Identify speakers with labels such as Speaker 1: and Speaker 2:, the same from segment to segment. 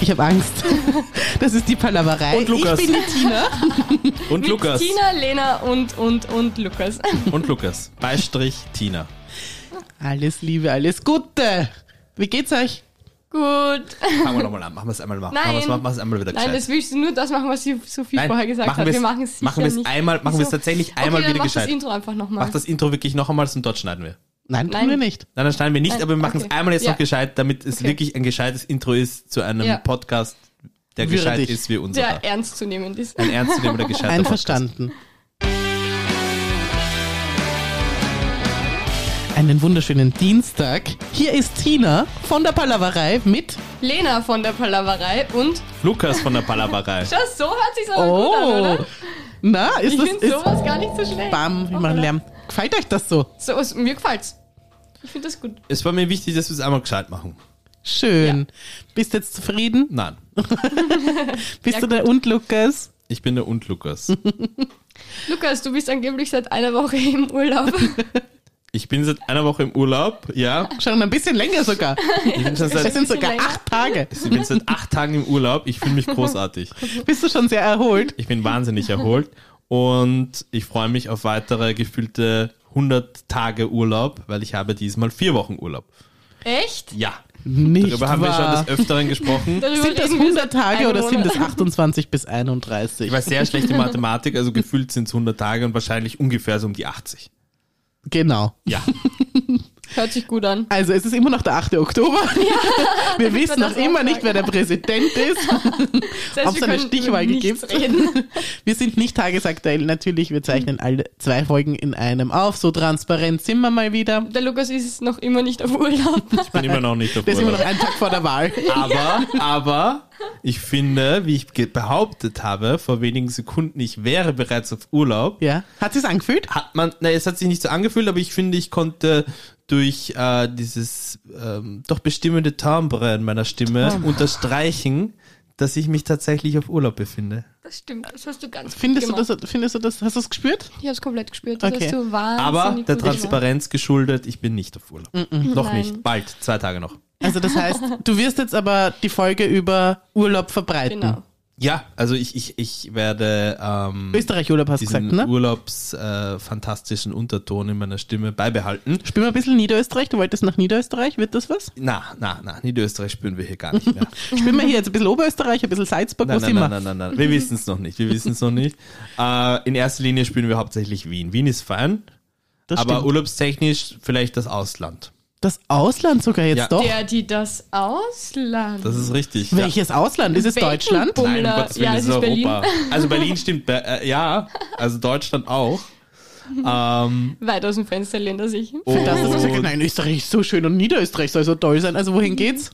Speaker 1: Ich habe Angst. Das ist die Palaverei.
Speaker 2: Und Lukas.
Speaker 1: Ich bin die Tina.
Speaker 2: Und
Speaker 3: Mit
Speaker 2: Lukas.
Speaker 3: Tina, Lena und, und, und Lukas.
Speaker 2: Und Lukas. Beistrich Tina.
Speaker 1: Alles Liebe, alles Gute. Wie geht's euch?
Speaker 3: Gut.
Speaker 2: Fangen wir nochmal an. Machen wir es einmal mal.
Speaker 3: Nein.
Speaker 2: Machen wir es mal- machen wir es einmal wieder
Speaker 3: Nein,
Speaker 2: gescheit.
Speaker 3: das willst du nur das machen, was sie Sophie
Speaker 2: Nein,
Speaker 3: vorher gesagt
Speaker 2: machen
Speaker 3: hat.
Speaker 2: wir's-
Speaker 3: Wir machen es sicher
Speaker 2: machen wir's
Speaker 3: nicht.
Speaker 2: einmal- machen wir's
Speaker 3: Wieso?
Speaker 2: tatsächlich einmal
Speaker 3: okay,
Speaker 2: wieder
Speaker 3: dann
Speaker 2: gescheit.
Speaker 3: Mach das Intro einfach nochmal.
Speaker 2: Mach das Intro wirklich noch einmal und dort schneiden wir.
Speaker 1: Nein,
Speaker 3: Nein.
Speaker 1: tun wir nicht.
Speaker 2: Nein, dann schneiden wir nicht,
Speaker 3: Nein,
Speaker 2: aber wir machen es
Speaker 3: okay.
Speaker 2: einmal jetzt
Speaker 3: Ja.
Speaker 2: noch gescheit, damit es
Speaker 3: Okay.
Speaker 2: wirklich ein gescheites Intro ist zu einem
Speaker 3: Ja.
Speaker 2: Podcast, der
Speaker 1: Würdig.
Speaker 2: gescheit ist wie unserer.
Speaker 3: sehr ernst zu nehmen ist.
Speaker 2: Ein ernstzunehmender, gescheiter
Speaker 3: Oh
Speaker 1: Einverstanden. Einen wunderschönen Dienstag. Hier ist Tina von der Palaverei mit
Speaker 3: Lena von der Palaverei und
Speaker 2: Podcast. Lukas von der Palaverei.
Speaker 3: schau, so hört sich's aber
Speaker 2: Oh.
Speaker 3: Oh, gut an, oder?
Speaker 1: Oh. Na, ist
Speaker 3: Ich
Speaker 1: das
Speaker 3: finde
Speaker 1: ist,
Speaker 3: sowas gar nicht so schlecht.
Speaker 1: Bam, wir machen Lärm. Gefällt euch das so?
Speaker 3: So, es- mir gefällt's. Ich finde das gut.
Speaker 2: Es war mir wichtig, dass wir es einmal gescheit machen.
Speaker 1: Schön. Bist jetzt zufrieden?
Speaker 2: Nein,
Speaker 1: Bist
Speaker 3: Ja,
Speaker 1: du der und Lukas?
Speaker 2: ich bin der und Lukas.
Speaker 3: Lukas, du bist angeblich seit einer Woche im Urlaub.
Speaker 2: Ich bin seit einer Woche im Urlaub, ja.
Speaker 1: Schon ein bisschen länger sogar.
Speaker 2: Ich bin, schon
Speaker 1: Es
Speaker 2: seit,
Speaker 1: sind
Speaker 3: bisschen
Speaker 1: sogar
Speaker 3: länger.
Speaker 1: acht Tage.
Speaker 2: ich bin seit acht Tagen im Urlaub. Ich fühle mich großartig.
Speaker 1: Bist du schon sehr erholt?
Speaker 2: Ich bin wahnsinnig erholt und ich freue mich auf weitere gefühlte 100 Tage Urlaub, weil ich habe diesmal vier Wochen Urlaub.
Speaker 3: Echt?
Speaker 2: Ja,
Speaker 1: Nicht
Speaker 2: darüber haben wir schon
Speaker 1: wahr.
Speaker 2: des Öfteren gesprochen.
Speaker 3: Darüber
Speaker 1: sind das
Speaker 3: reden wir
Speaker 1: 100
Speaker 3: seit
Speaker 1: Tage
Speaker 3: einem
Speaker 1: oder sind
Speaker 3: Monat.
Speaker 1: das 28 bis 31?
Speaker 2: Ich weiß sehr schlechte Mathematik, also gefühlt sind es 100 Tage und wahrscheinlich ungefähr so um die 80.
Speaker 1: Genau.
Speaker 2: Ja,
Speaker 3: Hört sich gut an.
Speaker 1: Also es ist immer noch der 8. Oktober. wir wissen
Speaker 3: das
Speaker 1: noch
Speaker 3: auch
Speaker 1: immer
Speaker 3: sagen.
Speaker 1: nicht, wer der Präsident ist.
Speaker 3: Das heißt,
Speaker 1: Ob es eine Stichwahl
Speaker 3: nichts
Speaker 1: gibt?
Speaker 3: reden.
Speaker 1: Wir sind nicht tagesaktuell. Natürlich, wir zeichnen alle zwei Folgen in einem auf. So transparent sind wir mal wieder.
Speaker 3: Der Lukas ist noch immer nicht auf Urlaub.
Speaker 2: ich bin immer noch nicht auf
Speaker 1: Das ist immer noch
Speaker 2: Urlaub.
Speaker 1: ein Tag vor der Wahl.
Speaker 2: Aber, aber, ich finde, wie ich ge- behauptet habe, vor wenigen Sekunden, ich wäre bereits auf Urlaub,
Speaker 1: Ja. Hat sich's angefühlt?
Speaker 2: hat man, na, es hat sich nicht so angefühlt, aber ich finde, ich konnte durch äh, dieses ähm, doch bestimmende Timbre in meiner Stimme unterstreichen, dass ich mich tatsächlich auf Urlaub befinde.
Speaker 3: Das stimmt, das hast du ganz gut
Speaker 1: Findest du
Speaker 3: gemacht.
Speaker 1: das, findest du das, hast du es gespürt?
Speaker 3: Ich hab's komplett gespürt. Das
Speaker 1: Okay.
Speaker 3: hast du
Speaker 1: Ah,
Speaker 2: Aber
Speaker 3: wahnsinnig
Speaker 2: der
Speaker 3: gut gemacht.
Speaker 2: Transparenz geschuldet, ich bin nicht auf Urlaub. Noch
Speaker 3: Nein.
Speaker 2: nicht, bald, zwei Tage noch.
Speaker 1: Also das heißt, du wirst jetzt aber die Folge über Urlaub verbreiten.
Speaker 3: Genau.
Speaker 2: Ja, also ich, ich, ich werde ähm,
Speaker 1: Österreich-Urlaub hast du gesagt,
Speaker 2: diesen
Speaker 1: ne?
Speaker 2: urlaubsfantastischen äh, fantastischen Unterton in meiner Stimme beibehalten.
Speaker 1: Spielen wir ein bisschen Niederösterreich. Du wolltest nach Niederösterreich. Wird das was?
Speaker 2: Na, na, na, Niederösterreich spüren wir hier gar nicht mehr.
Speaker 1: Spielen wir hier jetzt ein bisschen Oberösterreich, ein bisschen Salzburg,
Speaker 2: Nein,
Speaker 1: wo
Speaker 2: nein,
Speaker 1: sind wir?
Speaker 2: nein, nein, nein, nein. Wir wissen es noch nicht. Wir wissen es noch nicht. Äh, in erster Linie spielen wir hauptsächlich Wien. Wien ist fein,
Speaker 1: Das
Speaker 2: aber
Speaker 1: stimmt.
Speaker 2: urlaubstechnisch vielleicht das Ausland.
Speaker 1: Das Ausland sogar jetzt
Speaker 2: Ja.
Speaker 1: doch.
Speaker 3: Der, die das Ausland.
Speaker 2: Oh. Das ist richtig.
Speaker 1: Welches Ausland? Ist es
Speaker 3: Welchen
Speaker 1: Deutschland?
Speaker 3: Punkt?
Speaker 2: Ja. Nein, um
Speaker 3: Bummler.
Speaker 2: Gottes Willen,
Speaker 3: Ja,
Speaker 2: das
Speaker 3: es
Speaker 2: ist
Speaker 3: ist Berlin.
Speaker 2: Europa. Also Berlin stimmt, Be- äh, ja, also Deutschland auch. Ähm,
Speaker 3: Weit aus dem Fenster lehnt er sich.
Speaker 2: Oh,
Speaker 1: Für das ist gesagt,
Speaker 2: und
Speaker 1: nein, Österreich ist so schön und Niederösterreich soll so toll sein. Also
Speaker 3: Mhm.
Speaker 1: wohin geht's?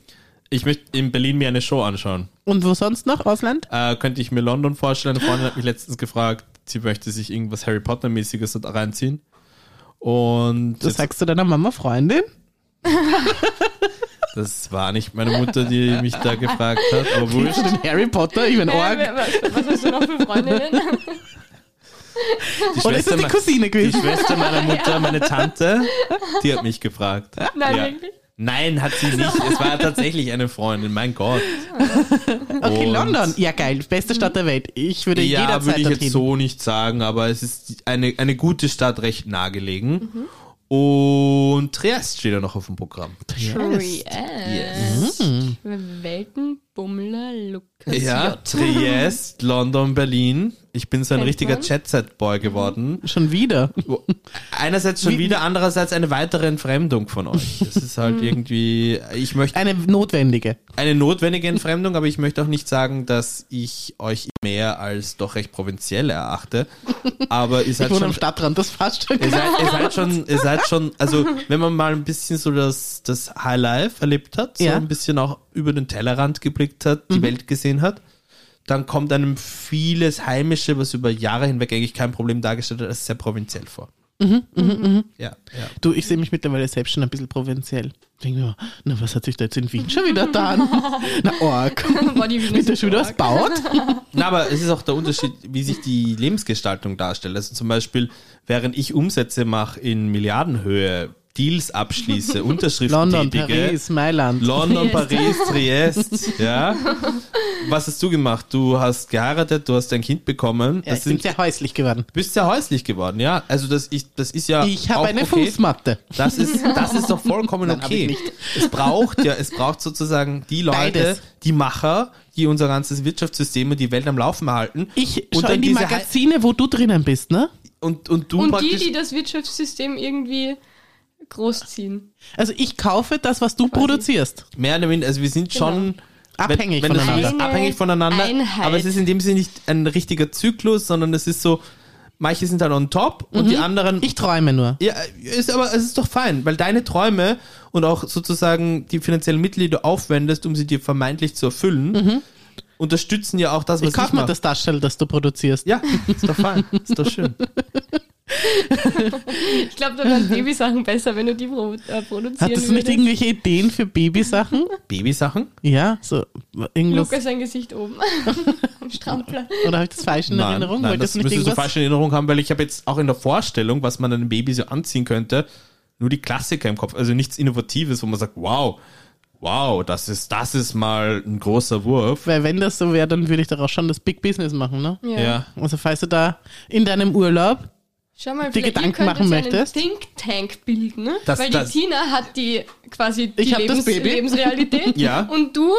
Speaker 2: ich möchte in Berlin mir eine Show anschauen.
Speaker 1: Und wo sonst noch? Ausland?
Speaker 2: Äh, könnte ich mir London vorstellen? Eine Freundin hat mich letztens gefragt, sie möchte sich irgendwas Harry Potter-mäßiges dort reinziehen. Und
Speaker 1: Das sagst du deiner Mama Freundin?
Speaker 2: Das war nicht meine Mutter, die mich da gefragt hat, aber
Speaker 1: Willst du
Speaker 2: wurscht.
Speaker 1: den Harry Potter? Ich bin
Speaker 3: Äh,
Speaker 1: Org.
Speaker 3: wer- was, was hast du noch für Freundinnen?
Speaker 2: Die
Speaker 1: Oder ist das die
Speaker 2: me-
Speaker 1: Cousine
Speaker 2: die
Speaker 1: gewesen?
Speaker 2: Schwester meiner Mutter, meine Tante, die hat mich gefragt.
Speaker 3: Nein,
Speaker 2: Ja.
Speaker 3: wirklich?
Speaker 2: Nein, hat sie nicht. Es war tatsächlich eine Freundin, mein Gott.
Speaker 1: Okay,
Speaker 2: Und-
Speaker 1: London. Ja, geil. Beste Stadt der Welt. Ich würde
Speaker 2: Ja,
Speaker 1: jederzeit
Speaker 2: würde ich
Speaker 1: dorthin.
Speaker 2: jetzt so nicht sagen, aber es ist eine, eine gute Stadt, recht nahegelegen. Und Triest steht ja noch auf dem Programm.
Speaker 3: Trieste.
Speaker 2: Yes. Mm.
Speaker 3: Weltenbummler Lukas.
Speaker 2: Ja, Triest, London, Berlin. Ich bin so ein
Speaker 3: Kennt
Speaker 2: richtiger
Speaker 3: man.
Speaker 2: Jet-Set-Boy geworden.
Speaker 1: Schon wieder.
Speaker 2: Wo- Einerseits schon wieder, andererseits eine weitere Entfremdung von euch. Es ist halt
Speaker 3: Hm.
Speaker 2: irgendwie, ich möchte
Speaker 1: Eine notwendige.
Speaker 2: eine notwendige Entfremdung, aber ich möchte auch nicht sagen, dass ich euch mehr als doch recht provinziell erachte. Aber ihr
Speaker 1: Ich
Speaker 2: seid
Speaker 1: wohne am
Speaker 2: schon,
Speaker 1: Stadtrand, das passt schon.
Speaker 2: ihr seid, ihr seid schon, ihr seid schon, also wenn man mal ein bisschen so das, das High Life erlebt hat, so
Speaker 1: Ja. Mhm.
Speaker 2: ein bisschen auch über den Tellerrand geblickt hat, die Welt gesehen hat, dann kommt einem vieles Heimische, was über Jahre hinweg eigentlich kein Problem dargestellt hat, als sehr provinziell vor.
Speaker 1: Mhm,
Speaker 2: Ja, ja.
Speaker 1: Du, ich sehe mich mittlerweile selbst schon ein bisschen provinziell. Ich denke mir, na, was hat sich da jetzt in Wien schon wieder getan? Na, Org.
Speaker 3: War die Wiener
Speaker 1: Wird da schon wieder was
Speaker 3: Supermarkt.
Speaker 1: baut?
Speaker 2: Na, aber es ist auch der Unterschied, wie sich die Lebensgestaltung darstellt. Also zum Beispiel, während ich Umsätze mache in Milliardenhöhe Deals abschließe, Unterschriften
Speaker 1: London,
Speaker 2: tätige.
Speaker 1: Paris, Mailand.
Speaker 2: London, Paris,
Speaker 3: Triest.
Speaker 2: Triest, ja. Was hast du gemacht? Du hast geheiratet, du hast ein Kind bekommen.
Speaker 1: ja, ich
Speaker 2: Das
Speaker 1: bin
Speaker 2: sind,
Speaker 1: sehr häuslich geworden.
Speaker 2: bist sehr häuslich geworden, ja. Also das, ich, das ist ja
Speaker 1: Ich habe
Speaker 2: auch
Speaker 1: eine
Speaker 2: okay.
Speaker 1: Fußmatte.
Speaker 2: Das ist, das ist doch vollkommen
Speaker 1: Nein, hab ich
Speaker 2: okay.
Speaker 1: nicht.
Speaker 2: Es braucht ja, es braucht sozusagen die Leute,
Speaker 1: Beides.
Speaker 2: die Macher, die unser ganzes Wirtschaftssystem und die Welt am Laufen erhalten.
Speaker 1: Ich
Speaker 2: und
Speaker 1: schaue in die
Speaker 2: diese Hei-
Speaker 1: Magazine, wo du drinnen bist, ne?
Speaker 2: und, und du
Speaker 3: Und die,
Speaker 2: praktisch.
Speaker 3: die das Wirtschaftssystem irgendwie großziehen.
Speaker 1: Also ich kaufe das, was du produzierst.
Speaker 2: mehr oder weniger, also wir sind schon
Speaker 1: Genau. Abhängig
Speaker 2: wenn, wenn das so
Speaker 1: voneinander.
Speaker 2: ist, abhängig voneinander.
Speaker 3: Einheit.
Speaker 2: Aber es ist in dem Sinne nicht ein richtiger Zyklus, sondern es ist so, manche sind halt on top und die anderen.
Speaker 1: Mhm. Ich träume nur.
Speaker 2: ja, ist aber es ist doch fein, weil deine Träume und auch sozusagen die finanziellen Mittel, die du aufwendest, um sie dir vermeintlich zu erfüllen, unterstützen ja auch das, was
Speaker 1: Mhm. Ich
Speaker 2: ich,
Speaker 1: kaufe mir
Speaker 2: mache.
Speaker 1: das Taschel, das du produzierst.
Speaker 2: Ja, ist doch fein, ist doch schön.
Speaker 3: Ich glaube, da wären Babysachen besser, wenn du die pro, äh, produzieren
Speaker 1: Hattest du nicht
Speaker 3: würdest.
Speaker 1: irgendwelche Ideen für Babysachen?
Speaker 2: Babysachen?
Speaker 1: Ja, so irgendwas.
Speaker 3: Lukas sein Gesicht oben am Strampler.
Speaker 1: Oder habe ich das falsch in Erinnerung?
Speaker 2: nein
Speaker 1: Wolltest
Speaker 2: das
Speaker 1: du nicht
Speaker 2: müsstest du
Speaker 1: irgendwas?
Speaker 2: falsche Erinnerung haben, weil ich habe jetzt auch in der Vorstellung, was man einem Baby so anziehen könnte, nur die Klassiker im Kopf. Also nichts Innovatives, wo man sagt, wow, wow, das ist, das ist mal ein großer Wurf.
Speaker 1: Weil wenn das so wäre, dann würde ich daraus schon das Big Business machen, ne?
Speaker 3: Ja.
Speaker 1: Also falls du da in deinem Urlaub,
Speaker 3: Schau
Speaker 1: Dir
Speaker 3: mal, vielleicht
Speaker 1: Gedanken
Speaker 3: ihr könnt
Speaker 1: machen
Speaker 3: jetzt
Speaker 1: möchtest?
Speaker 3: einen Think Tank bilden, ne?
Speaker 2: Das-
Speaker 3: Weil
Speaker 2: das-
Speaker 3: die Tina hat die quasi die
Speaker 1: Ich hab das
Speaker 3: Lebens
Speaker 1: Baby.
Speaker 3: Lebensrealität
Speaker 2: Ja.
Speaker 3: und du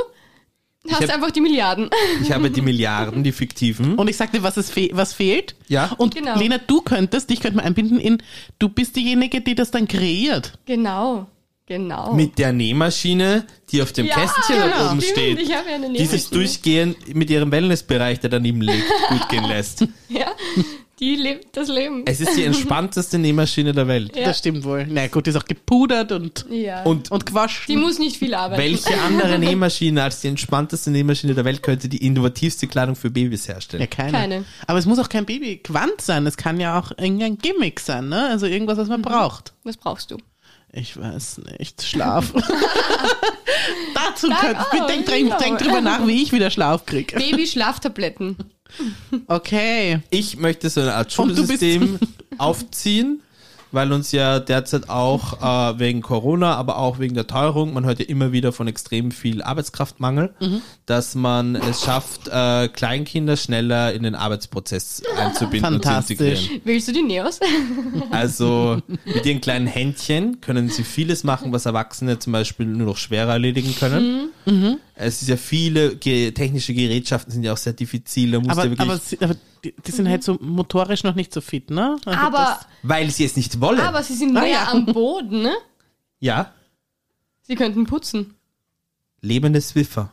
Speaker 3: hast
Speaker 2: hab-
Speaker 3: einfach die Milliarden.
Speaker 2: Ich habe die Milliarden, die fiktiven.
Speaker 1: und ich sag dir, was, es fe was fehlt.
Speaker 2: Ja.
Speaker 1: Und
Speaker 3: Genau.
Speaker 1: Lena, du könntest, dich könnte man einbinden in, du bist diejenige, die das dann kreiert.
Speaker 3: Genau, genau.
Speaker 2: Mit der Nähmaschine, die auf dem
Speaker 3: Ja,
Speaker 2: Kästchen da oben
Speaker 3: stimmt,
Speaker 2: steht,
Speaker 3: Ich habe ja eine
Speaker 2: die sich
Speaker 3: Nähmaschine.
Speaker 2: durchgehend mit ihrem Wellnessbereich, der daneben liegt, gut gehen lässt.
Speaker 3: Ja, die lebt das Leben.
Speaker 2: Es ist die entspannteste Nähmaschine der Welt.
Speaker 3: Ja.
Speaker 1: Das stimmt wohl. Na gut, die ist auch gepudert und,
Speaker 3: ja.
Speaker 2: Und
Speaker 1: und
Speaker 3: die
Speaker 1: gewaschen.
Speaker 3: muss nicht viel arbeiten.
Speaker 2: Welche andere Nähmaschine als die entspannteste Nähmaschine der Welt könnte die innovativste Kleidung für Babys herstellen?
Speaker 1: Ja, keine.
Speaker 3: Keine.
Speaker 1: Aber es muss auch kein Babyquant sein. Es kann ja auch irgendein Gimmick sein, ne? Also irgendwas, was man
Speaker 3: Mhm.
Speaker 1: braucht.
Speaker 3: Was brauchst du?
Speaker 1: Ich weiß nicht, Schlaf. Dazu
Speaker 3: Sag
Speaker 1: könnt
Speaker 3: auch,
Speaker 1: denk, denk,
Speaker 3: genau.
Speaker 1: denk drüber nach, wie ich wieder Schlaf krieg.
Speaker 3: Baby-Schlaftabletten.
Speaker 1: Okay.
Speaker 2: Ich möchte so eine Art
Speaker 1: Und du bist-
Speaker 2: Schulsystem aufziehen, weil uns ja derzeit auch äh, wegen Corona, aber auch wegen der Teuerung, man hört ja immer wieder von extrem viel Arbeitskraftmangel,
Speaker 1: Mhm.
Speaker 2: dass man es schafft, äh, Kleinkinder schneller in den Arbeitsprozess einzubinden und zu
Speaker 1: Fantastisch.
Speaker 2: integrieren.
Speaker 3: Willst du die Neos?
Speaker 1: Ah,
Speaker 2: Also mit ihren kleinen Händchen können sie vieles machen, was Erwachsene zum Beispiel nur noch schwerer erledigen können.
Speaker 1: Mhm.
Speaker 2: Es ist ja viele ge technische Gerätschaften sind ja auch sehr diffizil. Da musst
Speaker 1: Aber,
Speaker 2: du ja wirklich,
Speaker 1: aber, sie- aber die, die sind halt so motorisch noch nicht so fit, ne? Also
Speaker 3: Aber,
Speaker 2: weil sie es nicht wollen.
Speaker 3: aber sie sind
Speaker 1: Ah,
Speaker 3: näher
Speaker 1: ja.
Speaker 3: am Boden, ne?
Speaker 2: ja,
Speaker 3: Sie könnten putzen.
Speaker 2: lebende Swiffer.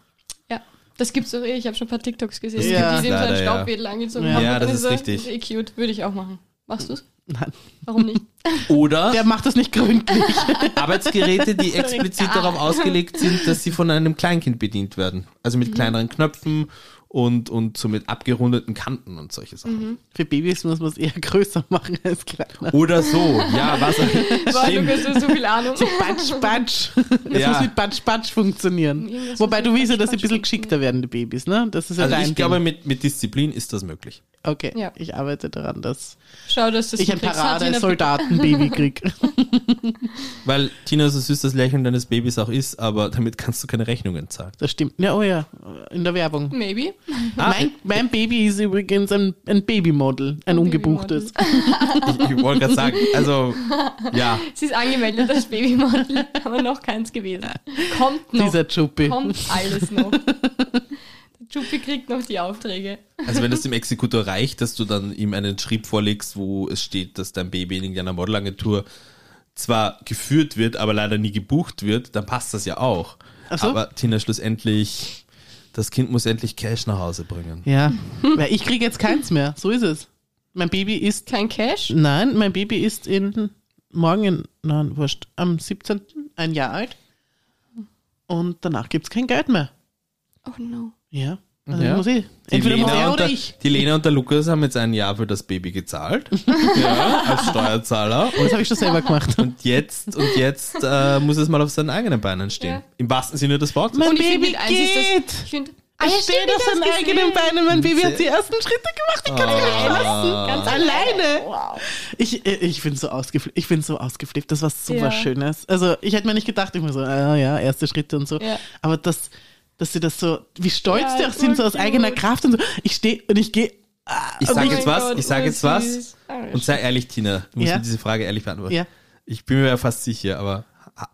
Speaker 3: Ja. Das gibt's doch eh. Ich habe schon ein paar TikToks gesehen.
Speaker 1: Ja.
Speaker 3: Die, die dem so einen
Speaker 2: Leider, ja.
Speaker 3: Staubwedel angezogen
Speaker 1: Ja.
Speaker 3: haben.
Speaker 2: Ja,
Speaker 3: Und
Speaker 2: das
Speaker 3: dann
Speaker 2: ist
Speaker 3: so,
Speaker 2: richtig.
Speaker 3: Eh cute. Würde ich auch machen. Machst du's?
Speaker 1: das, nein,
Speaker 3: Warum nicht?
Speaker 2: Oder
Speaker 1: der macht das nicht gründlich.
Speaker 2: Arbeitsgeräte, die explizit darauf ausgelegt sind, dass sie von einem Kleinkind bedient werden. Also mit kleineren Knöpfen und, und so mit abgerundeten Kanten und solche Sachen.
Speaker 1: Für Babys muss man es eher größer machen als kleiner.
Speaker 2: Oder so, ja, was?
Speaker 3: Boah,
Speaker 2: Stimmt.
Speaker 3: Lukas, du hast so viel Ahnung.
Speaker 1: Batsch, Batsch. Es
Speaker 2: Ja.
Speaker 1: muss mit Batsch, Batsch funktionieren.
Speaker 3: Irgendwas
Speaker 1: Wobei
Speaker 3: muss
Speaker 1: du
Speaker 3: mit
Speaker 1: willst ja,
Speaker 3: Batsch,
Speaker 1: dass sie ein
Speaker 3: Batsch
Speaker 1: bisschen
Speaker 3: funktionieren.
Speaker 1: geschickter werden, die Babys, ne? Das ist ja
Speaker 2: Also
Speaker 1: dein
Speaker 2: ich glaube,
Speaker 1: Ding.
Speaker 2: mit, mit Disziplin ist das möglich.
Speaker 1: Okay,
Speaker 3: Ja.
Speaker 1: ich arbeite daran, dass
Speaker 3: Schau, dass das
Speaker 1: ich ein
Speaker 3: du kriegst. Na, Tina,
Speaker 1: Paradesoldatenbaby krieg.
Speaker 2: Weil Tina so süß das Lächeln deines Babys auch ist, aber damit kannst du keine Rechnungen zahlen.
Speaker 1: Das stimmt. Ja, oh ja, in der Werbung.
Speaker 3: Maybe.
Speaker 1: Mein, mein Baby ist übrigens ein, ein Babymodel, ein ungebuchtes.
Speaker 2: Ich, ich wollte gerade sagen, also ja,
Speaker 3: Sie ist angemeldet als Babymodel, aber noch keins gewesen. Kommt noch.
Speaker 1: Dieser Chuppi.
Speaker 3: Kommt alles noch. Der Chuppi kriegt noch die Aufträge.
Speaker 2: also wenn es dem Exekutor reicht, dass du dann ihm einen Schrieb vorlegst, wo es steht, dass dein Baby in irgendeiner Modelagentur zwar geführt wird, aber leider nie gebucht wird, dann passt das ja auch.
Speaker 1: Ach so.
Speaker 2: Aber Tina schlussendlich, das Kind muss endlich Cash nach Hause bringen.
Speaker 1: Ja,
Speaker 3: Hm.
Speaker 1: weil ich kriege jetzt keins mehr. So ist es. Mein Baby ist.
Speaker 3: Kein Cash?
Speaker 1: Nein, mein Baby ist in. Morgen, in, nein, wurscht, am 17. ein Jahr alt. Und danach gibt es kein Geld mehr.
Speaker 3: Oh no.
Speaker 1: Ja. Also
Speaker 2: Ja.
Speaker 1: muss ich. Entweder muss er
Speaker 2: und
Speaker 1: oder
Speaker 2: der,
Speaker 1: ich.
Speaker 2: die Lena und der Lukas haben jetzt ein Jahr für das Baby gezahlt, ja, als Steuerzahler.
Speaker 1: Das habe ich schon selber gemacht.
Speaker 2: Und jetzt, und jetzt äh, muss es mal auf seinen eigenen Beinen stehen.
Speaker 3: Ja.
Speaker 2: Im wahrsten Sinne des Wortes.
Speaker 1: Mein
Speaker 3: Und ich find
Speaker 1: Baby
Speaker 3: mit eins ist das-
Speaker 1: geht!
Speaker 3: Ich finde, Ah, ja,
Speaker 1: ich stehe
Speaker 3: stimmt,
Speaker 1: auf
Speaker 3: ich hab's
Speaker 1: seinen eigenen
Speaker 3: gesehen.
Speaker 1: Beinen. Mein Baby hat
Speaker 2: Sehr-
Speaker 1: die ersten Schritte gemacht. Ich kann es nicht lassen.
Speaker 2: Ah.
Speaker 3: Ganz
Speaker 1: Alleine.
Speaker 3: Wow.
Speaker 1: Ich, äh, ich bin so ausgeflippt. Ich bin so ausgeflippt. Das war so
Speaker 3: Ja.
Speaker 1: was Schönes. Also ich hätte mir nicht gedacht, ich mir so, ah, ja, erste Schritte und so.
Speaker 3: Ja.
Speaker 1: Aber das, dass sie das so, wie stolz
Speaker 3: Ja,
Speaker 1: die auch sind, so aus
Speaker 3: urcute.
Speaker 1: eigener Kraft und so. Ich stehe und ich gehe.
Speaker 2: Ich
Speaker 1: Oh
Speaker 2: sage
Speaker 1: mein
Speaker 2: jetzt was,
Speaker 3: Gott,
Speaker 2: ich sage jetzt was.
Speaker 3: ursüß. Ah, ja,
Speaker 2: Und sei ehrlich, Tina, du musst
Speaker 1: Ja.
Speaker 2: mir diese Frage ehrlich beantworten.
Speaker 1: Ja.
Speaker 2: Ich bin mir ja fast sicher, aber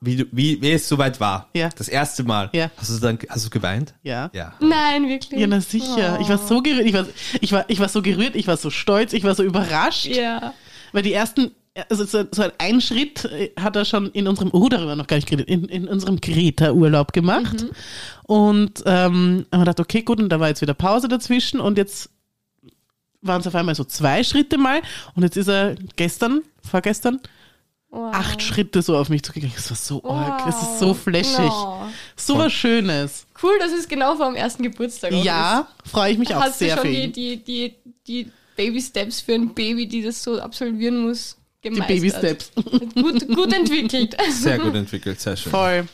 Speaker 2: wie, du, wie, wie es soweit war,
Speaker 1: Ja.
Speaker 2: das erste Mal,
Speaker 1: Ja.
Speaker 2: hast du dann hast du geweint?
Speaker 1: Ja.
Speaker 2: Ja.
Speaker 3: Nein, wirklich.
Speaker 1: Ja, na sicher. Ich war so gerührt. Ich war, ich, war, ich war so gerührt, ich war so stolz, ich war so überrascht.
Speaker 3: Oh. Ja.
Speaker 1: Weil die ersten, also so, so ein Schritt äh, hat er schon in unserem, oh, darüber haben wir noch gar nicht geredet, in, in unserem Kreta-Urlaub gemacht.
Speaker 3: Mhm.
Speaker 1: Und ähm, haben wir gedacht, okay, gut, und da war jetzt wieder Pause dazwischen und jetzt waren es auf einmal so zwei Schritte mal und jetzt ist er gestern, vorgestern,
Speaker 3: Wow.
Speaker 1: acht Schritte so auf mich zugegangen. Das war so arg, oh, das ist so
Speaker 3: Wow.
Speaker 1: flashig.
Speaker 3: No.
Speaker 1: So was Schönes.
Speaker 3: Cool, dass es genau vor dem ersten Geburtstag auch ist.
Speaker 1: Ja, freue ich mich auch
Speaker 3: Hast du
Speaker 1: sehr
Speaker 3: schon
Speaker 1: für
Speaker 3: die,
Speaker 1: ihn.
Speaker 3: die, die, die Baby-Steps für ein Baby, die das so absolvieren muss,
Speaker 1: Die
Speaker 3: gemeistert?
Speaker 1: Baby-Steps.
Speaker 3: Gut, gut entwickelt.
Speaker 2: Sehr gut entwickelt, sehr schön.
Speaker 1: Voll.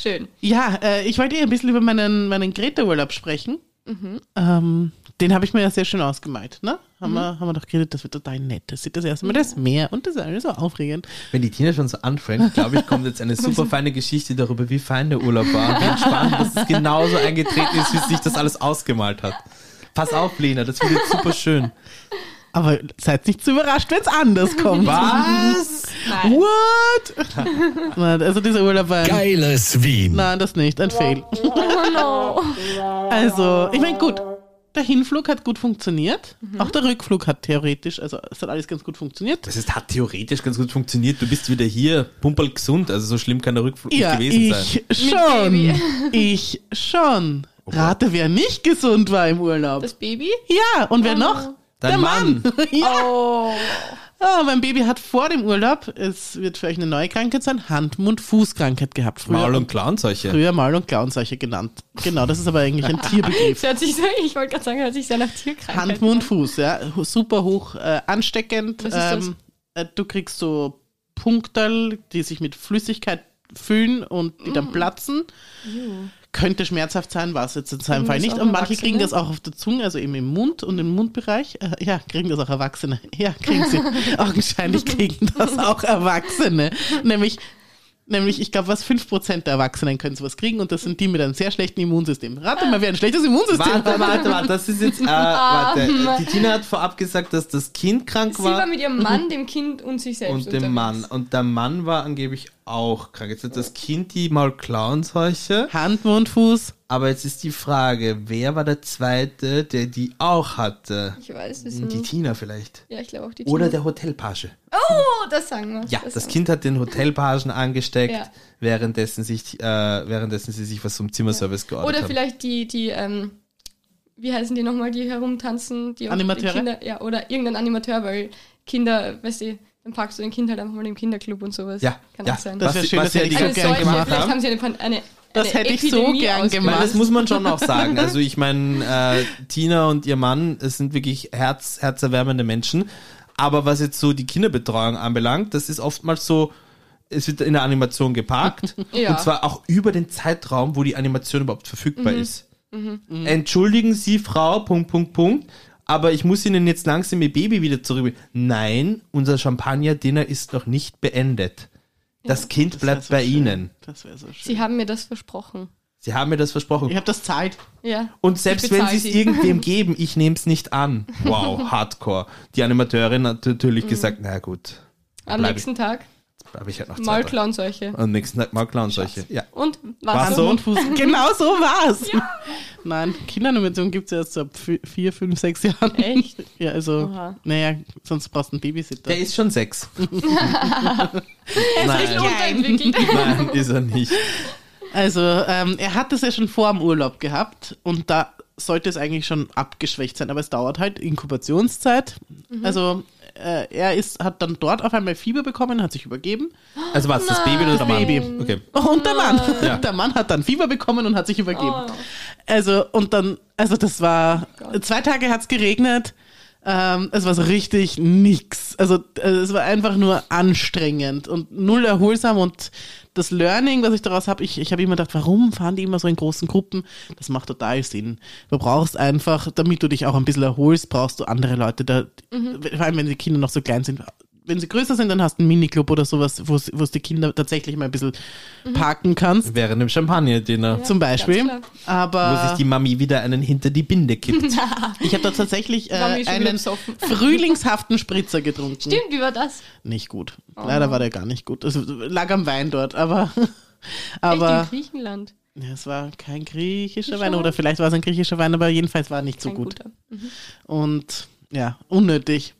Speaker 3: Schön.
Speaker 1: Ja, äh, ich wollte eh ein bisschen über meinen, meinen Greta-Urlaub sprechen.
Speaker 3: Mhm.
Speaker 1: Ähm, den habe ich mir ja sehr schön ausgemalt. Ne? Haben, wir, haben wir doch geredet, das wird total nett. Das sieht das erste Mal das Meer und das ist alles so aufregend.
Speaker 2: Wenn die Tina schon so anfängt, glaube ich, kommt jetzt eine super feine Geschichte darüber, wie fein der Urlaub war und wie entspannt, dass es genauso eingetreten ist, wie sich das alles ausgemalt hat. Pass auf, Lena, das wird jetzt super schön.
Speaker 1: Aber seid nicht zu überrascht, wenn es anders kommt.
Speaker 2: Was?
Speaker 3: Nein.
Speaker 1: What? Nein, also dieser Urlaub war ein,
Speaker 4: Geiles Wien.
Speaker 1: Nein, das nicht, ein Fail.
Speaker 3: Oh no.
Speaker 1: Also, ich meine, gut, der Hinflug hat gut funktioniert.
Speaker 3: Mhm.
Speaker 1: Auch der Rückflug hat theoretisch, also es hat alles ganz gut funktioniert.
Speaker 2: Das ist, hat theoretisch ganz gut funktioniert. Du bist wieder hier, pumperl gesund. Also so schlimm kann der Rückflug
Speaker 1: Ja,
Speaker 2: nicht gewesen sein.
Speaker 1: ich schon. Ich schon. Rate, wer nicht gesund war im Urlaub.
Speaker 3: Das Baby?
Speaker 1: Ja, und wer noch?
Speaker 2: Dein
Speaker 1: der Mann. ja.
Speaker 3: Oh.
Speaker 1: Ah, mein Baby hat vor dem Urlaub, es wird für euch eine neue Krankheit sein, Hand, Mund, Fußkrankheit gehabt. Früher,
Speaker 2: Maul- und Clownseuche.
Speaker 1: früher Maul- und Klauenseuche genannt. Genau, das ist aber eigentlich ein Tierbegriff.
Speaker 3: Das hört sich so, ich wollte gerade sagen, hört sich sehr nach Tierkrankheit
Speaker 1: Hand, Mund, Fuß, ja. Hu- Super hoch äh, ansteckend.
Speaker 3: Was ist das?
Speaker 1: äh, du kriegst so Punkterl, die sich mit Flüssigkeit füllen und die
Speaker 3: Mm.
Speaker 1: dann platzen. Könnte schmerzhaft sein, war es jetzt in seinem
Speaker 3: Kriegen
Speaker 1: Fall
Speaker 3: das
Speaker 1: nicht.
Speaker 3: auch
Speaker 1: Und manche
Speaker 3: Erwachsene?
Speaker 1: kriegen das auch auf der Zunge, also eben im Mund und im Mundbereich. Äh, ja, kriegen das auch Erwachsene. Ja, kriegen sie. Augenscheinlich kriegen das auch Erwachsene. Nämlich. Nämlich, ich glaube, was 5% der Erwachsenen können sowas kriegen und das sind die mit einem sehr schlechten Immunsystem. Rate mal, wer ein schlechtes Immunsystem hat.
Speaker 2: Warte, warte, warte, das ist jetzt. Äh, warte. Die Tina hat vorab gesagt, dass das Kind krank
Speaker 3: Ah, Sie war
Speaker 2: war
Speaker 3: mit ihrem Mann, dem Kind und sich selbst.
Speaker 2: und dem
Speaker 3: unterwegs.
Speaker 2: Mann. Und der Mann war angeblich auch krank. Jetzt hat das Kind die Maul Clownseuche.
Speaker 1: Hand, Mund, Fuß.
Speaker 2: Aber jetzt ist die Frage, wer war der Zweite, der die auch hatte?
Speaker 3: Ich weiß es
Speaker 2: Die
Speaker 3: nicht.
Speaker 2: Tina vielleicht.
Speaker 3: Ja, ich glaube auch die
Speaker 2: Oder
Speaker 3: Tina.
Speaker 2: der Hotelpage.
Speaker 3: Oh, das sagen wir.
Speaker 2: Ja, das
Speaker 3: sagen
Speaker 2: Kind hat den Hotelpagen angesteckt,
Speaker 3: Ja.
Speaker 2: währenddessen, sich, äh, währenddessen sie sich was zum Zimmerservice
Speaker 3: wir.
Speaker 2: geordnet
Speaker 3: Oder
Speaker 2: haben.
Speaker 3: vielleicht die, die, ähm, wie heißen die nochmal, die herumtanzen? Die
Speaker 1: Animateure?
Speaker 3: Die Kinder, ja, oder irgendein Animateur, weil Kinder, weißt du, dann packst du dein Kind halt einfach mal im Kinderclub und sowas.
Speaker 2: Ja,
Speaker 3: Kann
Speaker 2: ja.
Speaker 3: auch sein.
Speaker 1: Das wär
Speaker 2: sie-
Speaker 1: schön, das
Speaker 2: sie ja
Speaker 1: hätte
Speaker 2: die
Speaker 1: ich
Speaker 3: also
Speaker 1: so gern
Speaker 2: ganze
Speaker 3: solche,
Speaker 2: Zeit gemacht
Speaker 3: vielleicht
Speaker 2: haben.
Speaker 3: haben sie eine, Pan- eine
Speaker 1: Das
Speaker 3: eine
Speaker 1: hätte ich so
Speaker 3: Epidemie
Speaker 1: gern
Speaker 3: ausgelöst.
Speaker 2: Ich meine,
Speaker 1: gemacht.
Speaker 2: das muss man schon auch sagen. Also ich meine, äh, Tina und ihr Mann, es sind wirklich herz, herzerwärmende Menschen. Aber was jetzt so die Kinderbetreuung anbelangt, das ist oftmals so, es wird in der Animation geparkt.
Speaker 3: Ja.
Speaker 2: Und zwar auch über den Zeitraum, wo die Animation überhaupt verfügbar ist.
Speaker 1: Mhm.
Speaker 2: Entschuldigen Sie, Frau, Punkt, Punkt, Punkt. Aber ich muss Ihnen jetzt langsam Ihr Baby wieder zurück. Nein, unser Champagner-Dinner ist noch nicht beendet. Das Kind bleibt
Speaker 1: Das wär
Speaker 2: bei
Speaker 1: so schön.
Speaker 2: Ihnen.
Speaker 1: Das wäre so schön.
Speaker 3: Sie haben mir das versprochen.
Speaker 2: Sie haben mir das versprochen.
Speaker 1: Ich habe das zahlt.
Speaker 3: Ja.
Speaker 2: Und selbst
Speaker 3: Ich
Speaker 2: wenn sie
Speaker 3: bezahl
Speaker 2: es
Speaker 3: sie.
Speaker 2: irgendwem geben, ich nehme es nicht an. Wow, hardcore. Die Animateurin hat natürlich gesagt, na gut,
Speaker 3: Mhm. Am
Speaker 2: Bleib ich-
Speaker 3: nächsten Tag
Speaker 2: habe ich halt noch zwei. drei.
Speaker 3: Maulclauenseuche.
Speaker 2: Am nächsten Tag mal klauen solche. Ja.
Speaker 3: Und
Speaker 2: War's
Speaker 3: was
Speaker 2: so?
Speaker 3: so?
Speaker 1: Und Fuß. genau so war's. Nein, Kinderanimation gibt es erst so ab vi- vier, fünf, sechs Jahren.
Speaker 3: Echt?
Speaker 1: Ja, also,
Speaker 3: Oha.
Speaker 1: naja, sonst brauchst du einen Babysitter.
Speaker 2: Der ist schon sechs.
Speaker 3: Echt
Speaker 2: nein,
Speaker 3: unterentwickelt.
Speaker 2: nein, ist er nicht.
Speaker 1: Also, ähm, er hat das ja schon vor dem Urlaub gehabt und da sollte es eigentlich schon abgeschwächt sein, aber es dauert halt Inkubationszeit.
Speaker 3: Mhm.
Speaker 1: Also, äh, er ist, hat dann dort auf einmal Fieber bekommen, hat sich übergeben
Speaker 2: Also was, das Baby oder der Mann?
Speaker 1: Baby.
Speaker 2: Okay.
Speaker 1: Oh, Und der Mann.
Speaker 2: Ja.
Speaker 1: Der Mann hat dann Fieber bekommen und hat sich übergeben.
Speaker 3: Oh.
Speaker 1: Also, und dann, also das war,
Speaker 3: Gott.
Speaker 1: zwei Tage hat es geregnet. Ähm, es war so richtig nix. Also äh, es war einfach nur anstrengend und null erholsam und das Learning, was ich daraus habe, ich, ich habe immer gedacht, warum fahren die immer so in großen Gruppen? Das macht total Sinn. Du brauchst einfach, damit du dich auch ein bisschen erholst, brauchst du andere Leute. Da,
Speaker 3: Mhm.
Speaker 1: Vor allem, wenn die Kinder noch so klein sind. Wenn sie größer sind, dann hast du einen Miniclub oder sowas, wo es wo es die Kinder tatsächlich mal ein bisschen parken kannst.
Speaker 2: Während dem Champagner-Dinner,
Speaker 1: Zum
Speaker 3: Mhm. ganz
Speaker 1: Beispiel.
Speaker 3: klar.
Speaker 1: Aber
Speaker 2: wo sich die Mami wieder einen hinter die Binde kippt.
Speaker 1: ich habe da tatsächlich äh,
Speaker 3: Mami ist schon wieder
Speaker 1: einen
Speaker 3: besoffen.
Speaker 1: frühlingshaften Spritzer getrunken.
Speaker 3: Stimmt, wie war das?
Speaker 1: Nicht gut.
Speaker 3: Oh
Speaker 1: Leider war der gar nicht gut. Es lag am Wein dort, aber. Aber
Speaker 3: Echt in Griechenland.
Speaker 1: ja, es war kein griechischer
Speaker 3: Griechischer
Speaker 1: Wein
Speaker 3: Wein?
Speaker 1: oder vielleicht war es ein griechischer Wein, aber jedenfalls war nicht so
Speaker 3: Kein
Speaker 1: gut.
Speaker 3: guter.
Speaker 1: Und ja, unnötig.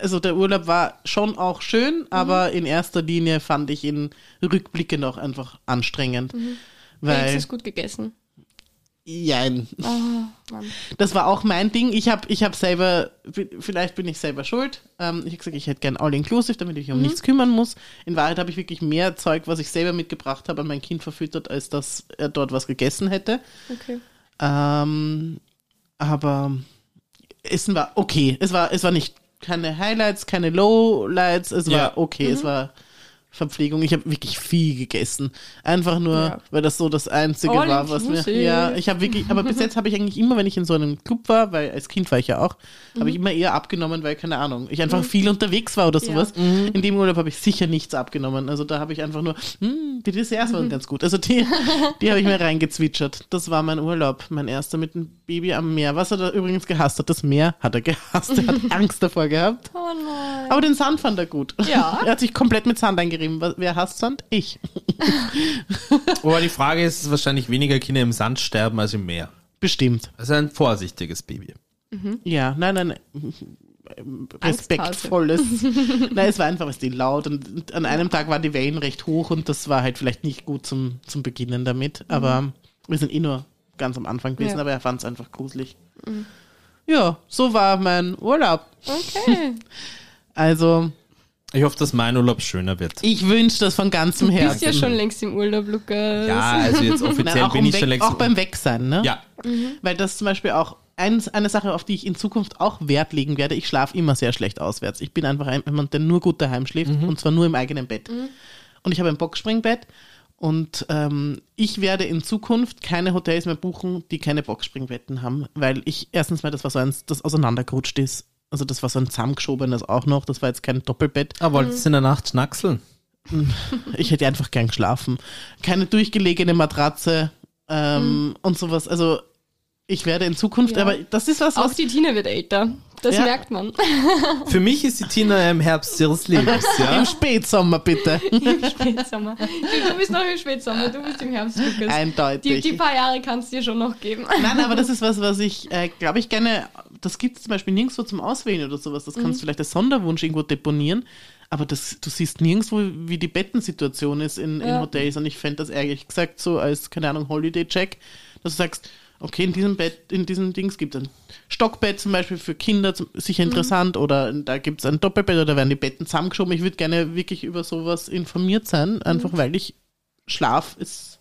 Speaker 1: Also der Urlaub war schon auch
Speaker 3: Mhm.
Speaker 1: schön, aber in erster Linie fand ich ihn rückblickend auch einfach anstrengend.
Speaker 3: Mhm.
Speaker 1: Weil,
Speaker 3: Wenigstens gut gegessen.
Speaker 1: jein.
Speaker 3: Oh, Mann.
Speaker 1: Das war auch mein Ding. Ich habe ich hab selber, vielleicht bin ich selber schuld. Ähm, ich habe gesagt, ich hätte gern All-Inclusive, damit ich mich um
Speaker 3: Mhm.
Speaker 1: nichts kümmern muss. In Wahrheit habe ich wirklich mehr Zeug, was ich selber mitgebracht habe, an mein Kind verfüttert, als dass er dort was gegessen hätte.
Speaker 3: Okay.
Speaker 1: Ähm, aber Essen war okay. Es war, es war nicht keine Highlights, keine Lowlights. Es
Speaker 2: Ja.
Speaker 1: war okay.
Speaker 3: Mhm.
Speaker 1: Es war Verpflegung. Ich habe wirklich viel gegessen. Einfach nur,
Speaker 3: Ja.
Speaker 1: weil das so das Einzige
Speaker 3: All
Speaker 1: war, was mir.
Speaker 3: inclusive.
Speaker 1: Ja, ich habe wirklich. Aber bis
Speaker 3: Mhm.
Speaker 1: jetzt habe ich eigentlich immer, wenn ich in so einem Club war, weil als Kind war ich ja auch, habe ich immer eher abgenommen, weil keine Ahnung, ich einfach viel unterwegs war oder
Speaker 3: Mhm. Ja. Mhm.
Speaker 1: sowas. In dem Urlaub habe ich sicher nichts abgenommen. Also da habe ich einfach nur, hm, die Desserts
Speaker 3: Mhm.
Speaker 1: waren ganz gut. Also die, die habe ich mir reingezwitschert. Das war mein Urlaub, mein erster mit dem Baby am Meer. Was er da übrigens gehasst hat, das Meer hat er gehasst. Er hat Angst davor gehabt.
Speaker 3: Oh nein.
Speaker 1: Aber den Sand fand er gut.
Speaker 3: Ja.
Speaker 1: er hat sich komplett mit Sand eingerieben. Was- Wer hasst Sand? Ich.
Speaker 2: Aber die Frage ist, dass wahrscheinlich weniger Kinder im Sand sterben als im Meer.
Speaker 1: Bestimmt.
Speaker 2: Also ein vorsichtiges Baby.
Speaker 1: Ja, nein, nein, nein. Respektvolles. Nein, es war einfach was die laut und an einem Tag waren die Wellen recht hoch und das war halt vielleicht nicht gut zum, zum Beginnen damit. Aber wir sind eh nur ganz am Anfang gewesen,
Speaker 3: Mhm. Ja. Mhm.
Speaker 1: aber er fand es einfach gruselig. Ja, so war mein Urlaub.
Speaker 3: Okay.
Speaker 1: Also,
Speaker 2: Ich hoffe, dass mein Urlaub schöner wird.
Speaker 1: ich wünsche das von ganzem
Speaker 3: Du bist
Speaker 1: Herzen.
Speaker 3: ja schon längst im Urlaub, Lukas.
Speaker 2: Ja, also jetzt
Speaker 1: Nein,
Speaker 2: offiziell
Speaker 1: auch,
Speaker 2: bin
Speaker 1: um
Speaker 2: ich schon
Speaker 1: weg,
Speaker 2: längst.
Speaker 1: auch beim Wegsein, ne?
Speaker 2: ja,
Speaker 1: Weil das zum Beispiel auch eins, eine Sache, auf die ich in Zukunft auch Wert legen werde. Ich schlafe immer sehr schlecht auswärts. Ich bin einfach ein- jemand, der nur gut daheim schläft und zwar nur im eigenen Bett. Und ich habe ein Boxspringbett und ähm, ich werde in Zukunft keine Hotels mehr buchen, die keine Boxspringbetten haben, weil ich erstens mal, das war so eins, das auseinandergerutscht ist. Also das war so ein zusammengeschobenes auch noch. Das war jetzt kein Doppelbett.
Speaker 2: aber wolltest du in der Nacht schnackseln?
Speaker 1: Ich hätte einfach gern geschlafen. Keine durchgelegene Matratze ähm, und sowas. Also ich werde in Zukunft,
Speaker 3: Ja.
Speaker 1: aber das ist was,
Speaker 3: Auch
Speaker 1: was
Speaker 3: die Tina wird älter. Das
Speaker 1: Ja.
Speaker 3: merkt man.
Speaker 2: Für mich ist die Tina im Herbst ihres Lebens, ja.
Speaker 1: Im Spätsommer bitte.
Speaker 3: Im Spätsommer. Du bist noch im Spätsommer, du bist im Herbst, Lukas. Die,
Speaker 1: Eindeutig.
Speaker 3: die paar Jahre kannst du dir schon noch geben.
Speaker 1: Nein, aber das ist was, was ich, äh, glaube ich, gerne. Das gibt es zum Beispiel nirgendwo zum Auswählen oder sowas. Das kannst du vielleicht als Sonderwunsch irgendwo deponieren. Aber das, du siehst nirgendwo, wie die Bettensituation ist in, in
Speaker 3: Ja.
Speaker 1: Hotels. Und ich fände das ehrlich gesagt so als, keine Ahnung, Holiday-Check, dass du sagst, okay, in diesem Bett, in diesem Dings gibt es ein Stockbett zum Beispiel für Kinder, zum, sicher interessant, oder da gibt es ein Doppelbett oder werden die Betten zusammengeschoben. Ich würde gerne wirklich über sowas informiert sein, einfach weil ich Schlaf ist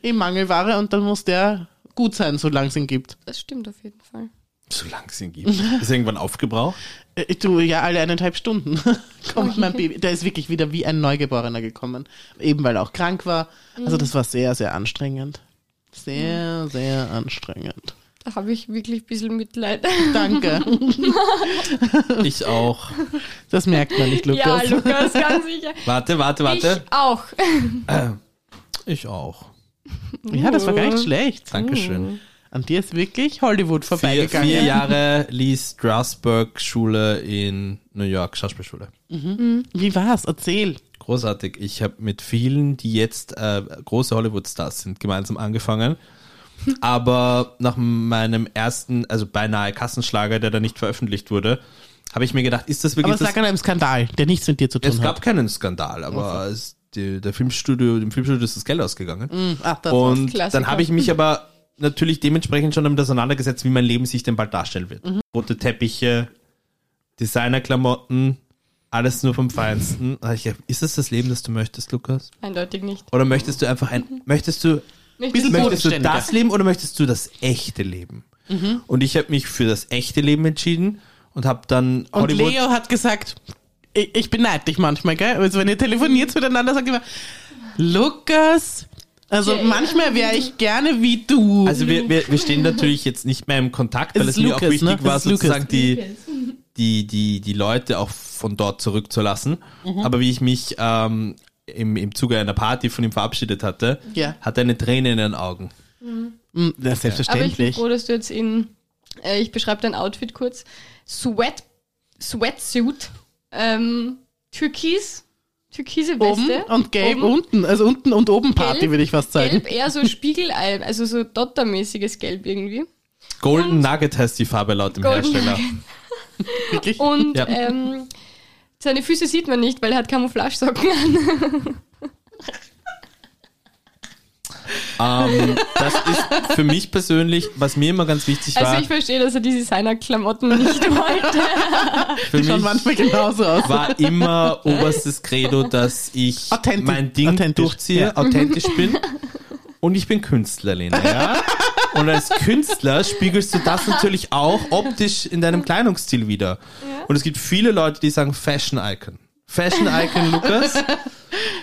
Speaker 1: eh Mangelware und dann muss der gut sein, solange es ihn gibt.
Speaker 3: Das stimmt auf jeden Fall.
Speaker 2: Solange es ihn gibt. Ist er irgendwann aufgebraucht?
Speaker 1: Äh, Du, ja, alle eineinhalb Stunden kommt mein Baby. Der ist wirklich wieder wie ein Neugeborener gekommen. Eben weil er auch krank war. Also das war sehr, sehr anstrengend. Sehr, sehr anstrengend.
Speaker 3: Da habe ich wirklich ein bisschen Mitleid.
Speaker 1: Danke.
Speaker 2: Ich auch.
Speaker 1: Das merkt man nicht,
Speaker 3: Ja,
Speaker 1: Lukas.
Speaker 3: Lukas, ganz sicher.
Speaker 2: Warte, warte, warte.
Speaker 3: Ich auch.
Speaker 2: Ich auch.
Speaker 1: Ja, das war gar nicht schlecht.
Speaker 2: Dankeschön.
Speaker 1: An dir ist wirklich Hollywood
Speaker 2: Vier,
Speaker 1: vorbeigegangen.
Speaker 2: vier Jahre Lee Strasberg Schule in New York, Schauspielschule.
Speaker 1: Wie war's? Erzähl.
Speaker 2: Großartig. Ich habe mit vielen, die jetzt äh, große Hollywood-Stars sind, gemeinsam angefangen. Aber nach meinem ersten, also beinahe Kassenschlager, der da nicht veröffentlicht wurde, habe ich mir gedacht, ist das
Speaker 1: Aber
Speaker 2: wirklich
Speaker 1: sag an einem Skandal, der nichts mit dir zu
Speaker 2: das?
Speaker 1: tun
Speaker 2: Es
Speaker 1: hat.
Speaker 2: gab keinen Skandal, aber es, die, der Filmstudio, dem Filmstudio ist das Geld ausgegangen.
Speaker 1: Hm, Ach, das war's.
Speaker 2: Und
Speaker 3: Klassiker.
Speaker 2: dann habe ich mich aber natürlich dementsprechend schon damit auseinandergesetzt, wie mein Leben sich denn bald darstellen wird.
Speaker 1: Mhm.
Speaker 2: Rote Teppiche, Designerklamotten, alles nur vom Feinsten. Da hab ich gedacht, Ist das das Leben, das du möchtest, Lukas?
Speaker 3: Eindeutig nicht.
Speaker 2: Oder möchtest du einfach ein, möchtest du,
Speaker 3: nicht
Speaker 1: Bisschen
Speaker 3: das-
Speaker 1: Boden.
Speaker 2: möchtest du
Speaker 1: Bodenständiger.
Speaker 2: das Leben oder möchtest du das echte Leben?
Speaker 1: Mhm.
Speaker 2: Und ich habe mich für das echte Leben entschieden und habe dann
Speaker 1: Und
Speaker 2: Hollywood.
Speaker 1: Leo hat gesagt, ich, ich beneide dich manchmal, gell? Also wenn ihr
Speaker 2: Mhm.
Speaker 1: telefoniert miteinander, sagt ihr immer, Lukas, also
Speaker 3: Jay.
Speaker 1: manchmal wäre ich gerne wie du. Mhm.
Speaker 2: Also wir, wir, wir stehen natürlich jetzt nicht mehr im Kontakt, weil
Speaker 1: Es
Speaker 2: es,
Speaker 1: ist
Speaker 2: mir auch
Speaker 1: Lucas,
Speaker 2: wichtig
Speaker 1: ne? Es
Speaker 2: war,
Speaker 1: ist Lucas.
Speaker 2: sozusagen die, die, die, die Leute auch von dort zurückzulassen.
Speaker 1: Mhm.
Speaker 2: Aber wie ich mich ähm, im, im Zuge einer Party von ihm verabschiedet hatte,
Speaker 1: Ja.
Speaker 2: hatte er eine Träne in den Augen.
Speaker 1: Mm, ja,
Speaker 3: Aber ich bin
Speaker 1: selbstverständlich.
Speaker 3: froh, dass du jetzt in, äh, ich beschreibe dein Outfit kurz, Sweat, Sweatsuit, ähm, Türkis, türkise
Speaker 1: Oben
Speaker 3: Weste.
Speaker 1: und gelb
Speaker 3: oben,
Speaker 1: unten, also unten und oben Party,
Speaker 3: Gelb,
Speaker 1: würde ich fast sagen.
Speaker 3: Gelb, eher so Spiegelei, also so dottermäßiges Gelb irgendwie.
Speaker 2: Golden Nugget heißt die Farbe laut dem
Speaker 3: Golden
Speaker 2: Hersteller.
Speaker 1: Wirklich.
Speaker 3: Und
Speaker 2: Ja.
Speaker 3: ähm, seine Füße sieht man nicht, weil er hat Camouflagesocken an.
Speaker 2: Ähm, das ist für mich persönlich, was mir immer ganz wichtig
Speaker 3: Also
Speaker 2: war,
Speaker 3: ich verstehe, dass er die Designer-Klamotten nicht wollte.
Speaker 2: für
Speaker 1: Die schauen
Speaker 2: mich
Speaker 1: manchmal genauso aus.
Speaker 2: war immer oberstes Credo, dass ich
Speaker 1: Authentisch.
Speaker 2: mein Ding
Speaker 1: Authentisch.
Speaker 2: durchziehe,
Speaker 1: Ja.
Speaker 2: authentisch bin. Und ich bin Künstler, Lena, ja? Und als Künstler spiegelst du das natürlich auch optisch in deinem Kleidungsstil wieder. Und es gibt viele Leute, die sagen Fashion Icon. Fashion Icon, Lukas.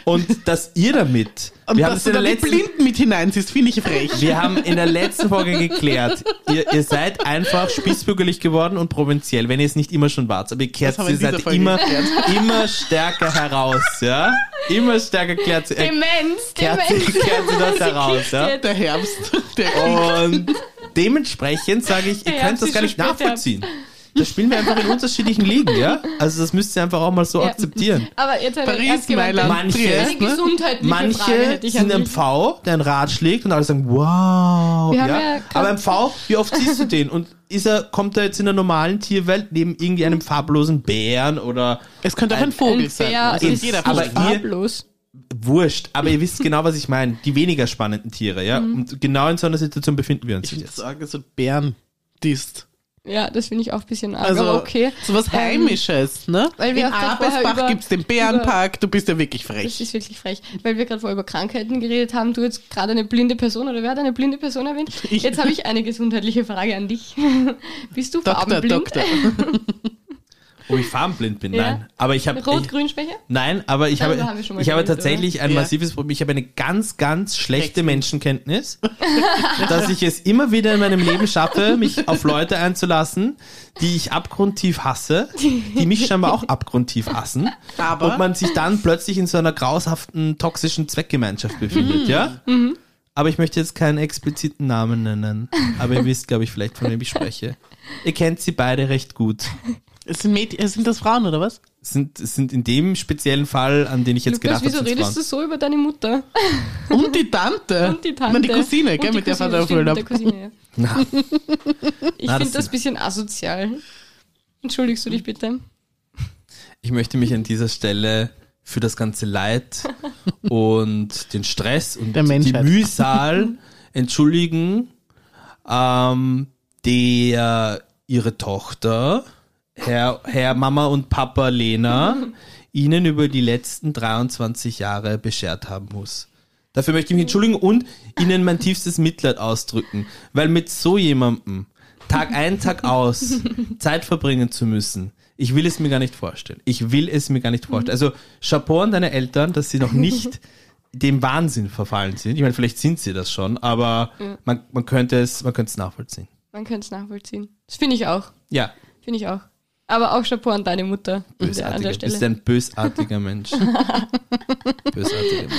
Speaker 2: Und dass ihr damit,
Speaker 1: Und
Speaker 2: wir haben
Speaker 1: dass
Speaker 2: es
Speaker 1: du
Speaker 2: in
Speaker 1: da die
Speaker 2: der letzten
Speaker 1: Blinden mit hineinziehst, finde ich frech.
Speaker 2: wir haben in der letzten Folge geklärt, ihr, ihr seid einfach spießbürgerlich geworden und provinziell, wenn ihr es nicht immer schon wart. Aber ihr kehrt
Speaker 1: Das haben wir
Speaker 2: sie
Speaker 1: in dieser
Speaker 2: seid
Speaker 1: Folge
Speaker 2: immer,
Speaker 1: geklärt.
Speaker 2: immer stärker heraus, ja? Immer stärker kehrt sie, äh,
Speaker 3: Demenz,
Speaker 2: kehrt sie,
Speaker 3: Demenz.
Speaker 2: kehrt sie das heraus,
Speaker 3: kriegt's
Speaker 2: ja?
Speaker 3: jetzt.
Speaker 1: Der Herbst. Der
Speaker 3: Also,
Speaker 2: Und dementsprechend sage ich, ihr
Speaker 3: Ja,
Speaker 2: könnt
Speaker 3: sie
Speaker 2: das gar
Speaker 3: schon
Speaker 2: nicht
Speaker 3: später.
Speaker 2: nachvollziehen. Da spielen wir einfach in unterschiedlichen Ligen, ja? Also das müsst ihr einfach auch mal so
Speaker 3: Ja.
Speaker 2: akzeptieren.
Speaker 3: Aber jetzt eine
Speaker 1: Paris,
Speaker 3: ernst gemeinte-
Speaker 1: Mailand,
Speaker 2: Manche-
Speaker 1: Triest.
Speaker 3: Eine
Speaker 1: Ne?
Speaker 3: gesundheitliche Frage
Speaker 2: Manche
Speaker 3: hätte ich an
Speaker 2: sind
Speaker 3: dich.
Speaker 2: MV, der einen Rad schlägt und alle sagen, wow.
Speaker 3: Wir
Speaker 2: Ja.
Speaker 3: haben ja
Speaker 2: Aber
Speaker 3: kein-
Speaker 2: MV, wie oft siehst du den? Und ist er, kommt er jetzt in der normalen Tierwelt neben irgendwie einem farblosen Bären oder
Speaker 1: Es könnte auch ein Vogel
Speaker 3: Ein
Speaker 1: sein.
Speaker 3: Bär, also
Speaker 1: Also
Speaker 3: ist
Speaker 1: nicht jeder
Speaker 3: jeder
Speaker 2: aber
Speaker 1: Vogel.
Speaker 2: ihr-
Speaker 3: farblos.
Speaker 2: wurscht? Aber ihr wisst genau, was ich meine. Die weniger spannenden Tiere, ja?
Speaker 3: Mhm.
Speaker 2: Und genau in so einer Situation befinden wir uns
Speaker 1: Ich würde
Speaker 2: jetzt.
Speaker 1: sagen, so Bären. Dist.
Speaker 3: Ja, das finde ich auch ein bisschen arg,
Speaker 1: Also
Speaker 3: aber okay. Ähm,
Speaker 1: so was Heimisches, ne?
Speaker 3: weil wir
Speaker 1: In
Speaker 3: auch grad vorher
Speaker 1: Abelsbach
Speaker 3: über-
Speaker 1: gibt's den Bärenpark, du bist ja wirklich
Speaker 3: Das
Speaker 1: frech.
Speaker 3: ist wirklich frech, weil wir gerade vorher über Krankheiten geredet haben. Du jetzt gerade eine blinde Person oder wer hat eine blinde Person erwähnt?
Speaker 1: Ich.
Speaker 3: Jetzt habe ich eine gesundheitliche Frage an dich. Bist du
Speaker 1: Doktor,
Speaker 3: farbenblind?
Speaker 1: Doktor.
Speaker 2: Ob ich farbenblind bin,
Speaker 3: Ja.
Speaker 2: nein. Aber ich habe...
Speaker 3: Rot-Grün-Schwäche?
Speaker 2: Nein, aber ich
Speaker 3: Darüber
Speaker 2: habe,
Speaker 3: haben wir schon mal
Speaker 2: ich habe
Speaker 3: geredet,
Speaker 2: tatsächlich ein
Speaker 1: Ja.
Speaker 2: massives Problem. Ich habe eine ganz, ganz schlechte
Speaker 1: Texten.
Speaker 2: Menschenkenntnis, dass ich es immer wieder in meinem Leben schaffe, mich auf Leute einzulassen, die ich abgrundtief hasse, die mich scheinbar auch abgrundtief hassen.
Speaker 1: Aber-
Speaker 2: Und man sich dann plötzlich in so einer graushaften, toxischen Zweckgemeinschaft
Speaker 3: Mhm.
Speaker 2: befindet, ja? Aber ich möchte jetzt keinen expliziten Namen nennen. Aber ihr wisst, glaube ich, vielleicht, von wem ich spreche. Ihr kennt sie beide recht gut.
Speaker 1: Es sind, Mäd äh, sind das Frauen, oder was?
Speaker 2: Sind, sind in dem speziellen Fall, an den ich jetzt gedacht
Speaker 3: Lukas,
Speaker 2: habe,
Speaker 3: wieso
Speaker 2: sind's Frauen.
Speaker 3: redest du so über deine Mutter?
Speaker 1: Und die Tante.
Speaker 3: Und die Tante.
Speaker 1: Meine Cousine, gell,
Speaker 3: Und die
Speaker 1: mit der
Speaker 3: Cousine,
Speaker 1: Vater erfüllt
Speaker 3: stimmt,
Speaker 1: hat.
Speaker 3: mit der Cousine,
Speaker 2: Na.
Speaker 3: ja. Ich
Speaker 2: Na,
Speaker 3: finde
Speaker 2: das-
Speaker 3: das ein bisschen asozial. Entschuldigst du dich bitte?
Speaker 2: Ich möchte mich an dieser Stelle für das ganze Leid und den Stress und
Speaker 1: Der
Speaker 2: die
Speaker 1: Menschheit.
Speaker 2: Mühsal entschuldigen, ähm, der ihre Tochter, Herr, Herr Mama und Papa Lena, ihnen über die letzten 23 Jahre beschert haben muss. Dafür möchte ich mich entschuldigen und Ihnen mein tiefstes Mitleid ausdrücken, weil mit so jemandem Tag ein, Tag aus Zeit verbringen zu müssen, ich will es mir gar nicht vorstellen. Ich will es mir gar nicht vorstellen. Also Chapeau an deine Eltern, dass sie noch nicht dem Wahnsinn verfallen sind. Ich meine, vielleicht sind sie das schon, aber man, man könnte es, man könnte es nachvollziehen.
Speaker 3: Man könnte es nachvollziehen. Das finde ich auch.
Speaker 2: Ja,
Speaker 3: Finde ich auch. Aber auch Chapeau an deine Mutter an der- an
Speaker 2: bösartiger.
Speaker 3: der
Speaker 2: Du bist
Speaker 3: Stelle.
Speaker 2: ein bösartiger Mensch. bösartiger Mensch.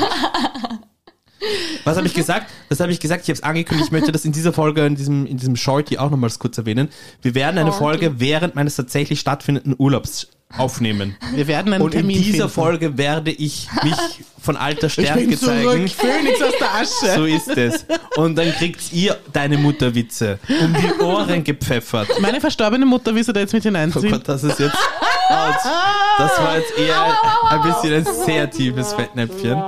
Speaker 2: Was habe ich gesagt? Was habe ich gesagt? Ich habe es angekündigt. Ich möchte das in dieser Folge, in diesem, in diesem Shorty auch nochmals kurz erwähnen. Wir werden eine
Speaker 3: Shorty.
Speaker 2: Folge während meines tatsächlich stattfindenden Urlaubs aufnehmen.
Speaker 1: Wir werden einen
Speaker 2: Und in
Speaker 1: Termin
Speaker 2: dieser
Speaker 1: finden.
Speaker 2: Folge werde ich mich von alter Stärke zeigen.
Speaker 1: zurück, Phönix aus der Asche.
Speaker 2: So ist es. Und dann kriegt ihr deine Mutterwitze um die Ohren gepfeffert.
Speaker 1: Meine verstorbene Mutter, wie sie da jetzt mit
Speaker 2: Oh
Speaker 1: hineinziehen.
Speaker 2: Gott, das ist jetzt. Autsch. Das war jetzt eher ein bisschen ein sehr tiefes Fettnäpfchen.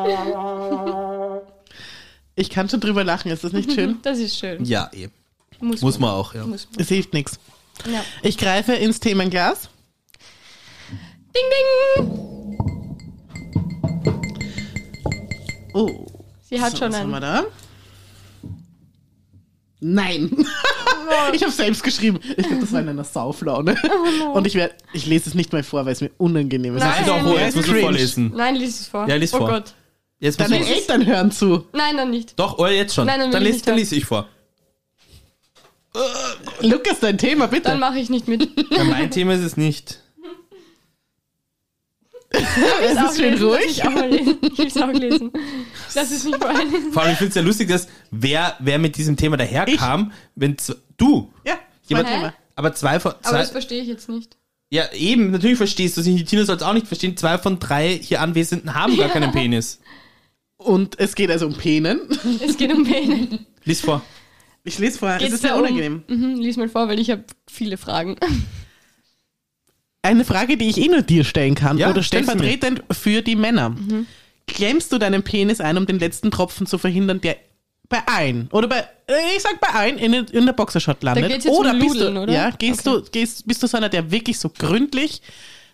Speaker 1: ich kann schon drüber lachen, ist das nicht schön?
Speaker 3: Das ist schön.
Speaker 2: Ja, eben.
Speaker 3: Muss,
Speaker 2: Muss man auch, ja.
Speaker 3: Muss man.
Speaker 1: Es hilft nichts.
Speaker 3: Ja.
Speaker 1: Ich greife ins Themenglas.
Speaker 3: Ding, ding!
Speaker 1: Oh.
Speaker 3: Sie hat
Speaker 1: So,
Speaker 3: schon
Speaker 1: Oh. was haben wir
Speaker 3: einen.
Speaker 1: da? Nein.
Speaker 3: Oh.
Speaker 1: Ich habe selbst geschrieben. Ich glaube, das war in einer Sauflaune. Und ich werde, ich lese es nicht mal vor, weil es mir unangenehm ist.
Speaker 3: Nein.
Speaker 2: Nein, doch, oh, jetzt musst du
Speaker 1: Cringe.
Speaker 2: vorlesen.
Speaker 3: Nein, lies es vor.
Speaker 2: Ja, lies
Speaker 3: oh
Speaker 2: vor.
Speaker 3: Gott.
Speaker 2: Jetzt musst
Speaker 1: Deine
Speaker 2: du vor-
Speaker 1: Eltern hören zu.
Speaker 3: Nein, dann nicht.
Speaker 2: Doch, oh, jetzt schon.
Speaker 3: Nein, dann will
Speaker 2: dann
Speaker 3: ich
Speaker 2: lese
Speaker 3: nicht
Speaker 2: dann
Speaker 3: hören.
Speaker 2: lese ich vor.
Speaker 1: Lukas, dein Thema, bitte.
Speaker 3: Dann mache ich nicht mit.
Speaker 2: Ja, mein Thema ist es nicht.
Speaker 1: es
Speaker 3: Auch
Speaker 1: ist schön
Speaker 3: lesen, lass
Speaker 1: ruhig.
Speaker 3: Ich, auch mal lesen. ich will es auch lesen. Lass es nicht vorlesen.
Speaker 2: Vor allem, ich finde es ja lustig, dass wer, wer mit diesem Thema daherkam, wenn z- du,
Speaker 1: Ja,
Speaker 2: Jemand-
Speaker 1: mein Thema.
Speaker 2: aber zwei von
Speaker 3: Aber
Speaker 2: zwei,
Speaker 3: das verstehe ich jetzt nicht.
Speaker 2: ja eben, natürlich verstehst du es nicht, die Tina soll es auch nicht verstehen, zwei von drei hier Anwesenden haben gar keinen Penis.
Speaker 1: Und es geht also um Penen.
Speaker 3: Es geht um Penen.
Speaker 2: Lies vor.
Speaker 1: Ich lese vor, es
Speaker 3: Geht's
Speaker 1: ist sehr
Speaker 3: da um-
Speaker 1: unangenehm.
Speaker 3: Mhm, lies mal vor, weil ich habe viele Fragen.
Speaker 1: Eine Frage, die ich eh nur dir stellen kann
Speaker 2: Ja,
Speaker 1: oder
Speaker 2: stell sie mir.
Speaker 1: stellvertretend für die Männer.
Speaker 3: Mhm.
Speaker 1: Klemmst du deinen Penis ein, um den letzten Tropfen zu verhindern, der bei allen oder bei äh, ich sag bei allen in, in der Boxershot landet
Speaker 3: geht's jetzt
Speaker 1: oder
Speaker 3: um
Speaker 1: bist
Speaker 3: Ludeln,
Speaker 1: du
Speaker 3: oder?
Speaker 1: ja gehst
Speaker 3: Okay.
Speaker 1: du gehst bist du so einer der wirklich so gründlich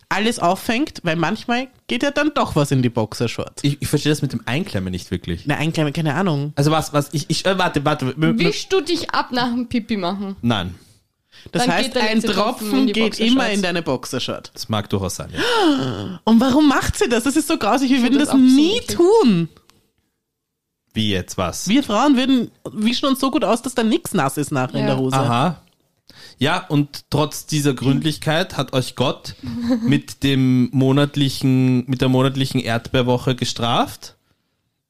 Speaker 1: alles auffängt, weil manchmal geht ja dann doch was in die Boxershot.
Speaker 2: Ich, ich verstehe das mit dem Einklemmen nicht wirklich.
Speaker 1: Na, ein kleiner, keine Ahnung.
Speaker 2: Also was, was, ich, ich, äh, warte, warte. m- m-
Speaker 3: Wischst du dich ab nach dem Pipi machen?
Speaker 2: Nein,
Speaker 1: Das
Speaker 3: Dann geht
Speaker 1: heißt,
Speaker 3: der
Speaker 1: ein
Speaker 3: letzte Tropfen
Speaker 1: Tropfen
Speaker 3: in die
Speaker 1: geht immer
Speaker 3: Boxershorts.
Speaker 1: in deine Boxershot.
Speaker 2: das mag durchaus sein. Ja.
Speaker 1: Und warum macht sie das? Das ist so grausig. Wir würden
Speaker 3: das
Speaker 1: das,
Speaker 3: auch so
Speaker 1: nie
Speaker 3: eklig.
Speaker 1: tun.
Speaker 2: Wie jetzt, was?
Speaker 1: Wir Frauen würden wischen uns so gut aus, dass da nichts nass ist nachher in
Speaker 3: Ja.
Speaker 1: der Hose.
Speaker 2: Aha. Ja, und trotz dieser Gründlichkeit hat euch Gott mit dem monatlichen, mit der monatlichen Erdbeerwoche gestraft.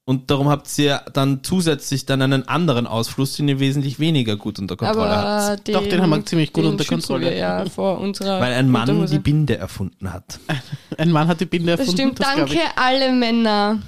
Speaker 2: Und darum habt ihr dann zusätzlich dann einen anderen Ausfluss, den ihr wesentlich weniger gut unter Kontrolle habt.
Speaker 3: Aber den,
Speaker 1: Doch, den haben wir ziemlich gut
Speaker 3: den
Speaker 1: unter
Speaker 3: schützen
Speaker 1: Kontrolle.
Speaker 3: Wir ja vor unserer
Speaker 2: Weil ein Mann
Speaker 3: Unterhose.
Speaker 2: die Binde erfunden hat.
Speaker 1: Ein Mann hat die Binde
Speaker 3: Das
Speaker 1: erfunden.
Speaker 3: stimmt.
Speaker 1: glaub
Speaker 3: Danke,
Speaker 1: ich.
Speaker 3: alle Männer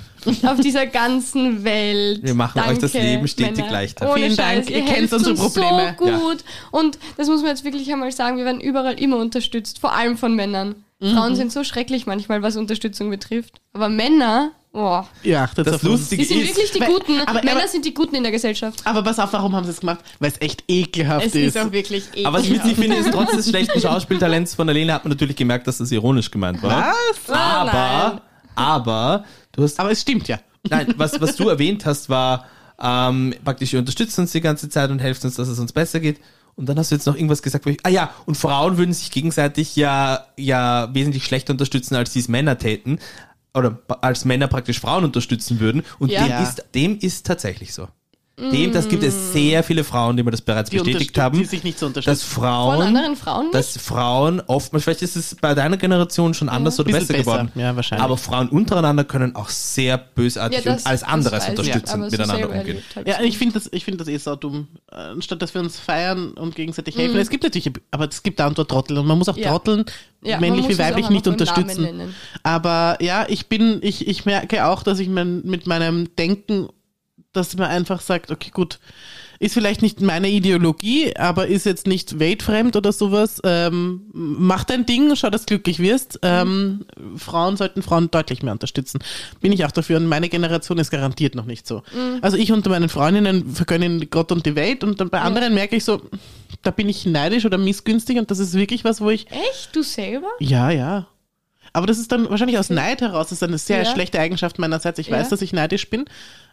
Speaker 3: auf dieser ganzen Welt.
Speaker 2: Wir machen
Speaker 3: Danke,
Speaker 2: euch das Leben stetig
Speaker 3: Männer.
Speaker 2: leichter.
Speaker 3: Ohne
Speaker 1: Vielen
Speaker 3: Scheiß,
Speaker 1: Dank,
Speaker 3: ihr
Speaker 1: ihr kennt
Speaker 3: helft
Speaker 1: unsere
Speaker 3: uns
Speaker 1: Probleme.
Speaker 3: So gut. Und das muss man jetzt wirklich einmal sagen: Wir werden überall immer unterstützt, vor allem von Männern. Frauen sind so schrecklich manchmal, was Unterstützung betrifft. Aber Männer, boah,
Speaker 1: Ihr achtet
Speaker 2: Das
Speaker 1: auf uns.
Speaker 2: Lustige
Speaker 3: die sind
Speaker 2: ist,
Speaker 3: wirklich die
Speaker 1: Weil-
Speaker 3: Guten.
Speaker 1: aber-
Speaker 3: Männer
Speaker 1: aber-
Speaker 3: sind die Guten in der Gesellschaft.
Speaker 1: Aber pass auf, warum haben sie es gemacht? Weil es echt ekelhaft
Speaker 3: Es
Speaker 1: ist.
Speaker 3: ist auch wirklich eklig.
Speaker 2: Aber was ich witzig finde, ist, trotz des schlechten Schauspieltalents von Alena hat man natürlich gemerkt, dass das ironisch gemeint war.
Speaker 1: was?
Speaker 2: Aber, aber, du hast
Speaker 1: Aber es stimmt ja.
Speaker 2: Nein, was, was du erwähnt hast, war ähm, praktisch, ihr unterstützt uns die ganze Zeit und helft uns, dass es uns besser geht. Und dann hast du jetzt noch irgendwas gesagt, wo ich, ah ja, und Frauen würden sich gegenseitig ja, ja wesentlich schlechter unterstützen, als sie es Männer täten. Oder ba- als Männer praktisch Frauen unterstützen würden. Und
Speaker 3: Ja.
Speaker 2: dem,
Speaker 1: Ja. Mm.
Speaker 2: ist, dem ist tatsächlich so. Dem, das gibt es sehr viele Frauen, die mir das bereits
Speaker 1: Die,
Speaker 2: bestätigt
Speaker 1: unterstützen-
Speaker 2: haben,
Speaker 1: die sich nicht zu
Speaker 2: dass
Speaker 1: unterstützen.
Speaker 3: Von
Speaker 2: Frauen
Speaker 3: anderen Frauen nicht?
Speaker 2: dass Frauen oftmals, vielleicht ist es bei deiner Generation schon anders oder
Speaker 1: Bisschen
Speaker 2: besser,
Speaker 1: besser,
Speaker 2: geworden,
Speaker 1: ja, wahrscheinlich.
Speaker 2: aber Frauen untereinander können auch sehr bösartig
Speaker 3: Ja, das-
Speaker 2: und alles
Speaker 3: das
Speaker 2: andere
Speaker 3: weiß
Speaker 2: als
Speaker 3: ich,
Speaker 2: unterstützend
Speaker 3: aber so
Speaker 2: miteinander
Speaker 3: selber
Speaker 2: umgehen.
Speaker 3: erlebt habe
Speaker 1: ja,
Speaker 3: ich's
Speaker 1: ich finde das, ich find das eh so dumm. Äh, Anstatt dass wir uns feiern und gegenseitig helfen. Es gibt natürlich, aber es gibt da und dort Trottel. Und man muss auch
Speaker 3: Mhm. Ja.
Speaker 1: Trotteln,
Speaker 3: Ja, man
Speaker 1: männlich
Speaker 3: muss
Speaker 1: wie
Speaker 3: es auch
Speaker 1: weiblich,
Speaker 3: einfach
Speaker 1: nicht
Speaker 3: beim Namen
Speaker 1: unterstützen.
Speaker 3: nennen.
Speaker 1: Aber ja, ich bin, ich, ich merke auch, dass ich mein, mit meinem Denken, dass man einfach sagt, okay, gut, ist vielleicht nicht meine Ideologie, aber ist jetzt nicht weltfremd oder sowas. Ähm, mach dein Ding, schau, dass du glücklich wirst. Ähm, Frauen sollten Frauen deutlich mehr unterstützen. Bin ich auch dafür und meine Generation ist garantiert noch nicht so.
Speaker 3: Mhm.
Speaker 1: Also ich unter meinen Freundinnen vergönnen Gott und die Welt und dann bei anderen merke ich so, da bin ich neidisch oder missgünstig und das ist wirklich was, wo ich
Speaker 3: Echt? Du selber?
Speaker 1: ja, ja. Aber das ist dann wahrscheinlich aus Neid heraus. Das ist eine sehr
Speaker 3: Ja.
Speaker 1: schlechte Eigenschaft meinerseits. Ich
Speaker 3: Ja.
Speaker 1: weiß, dass ich neidisch bin.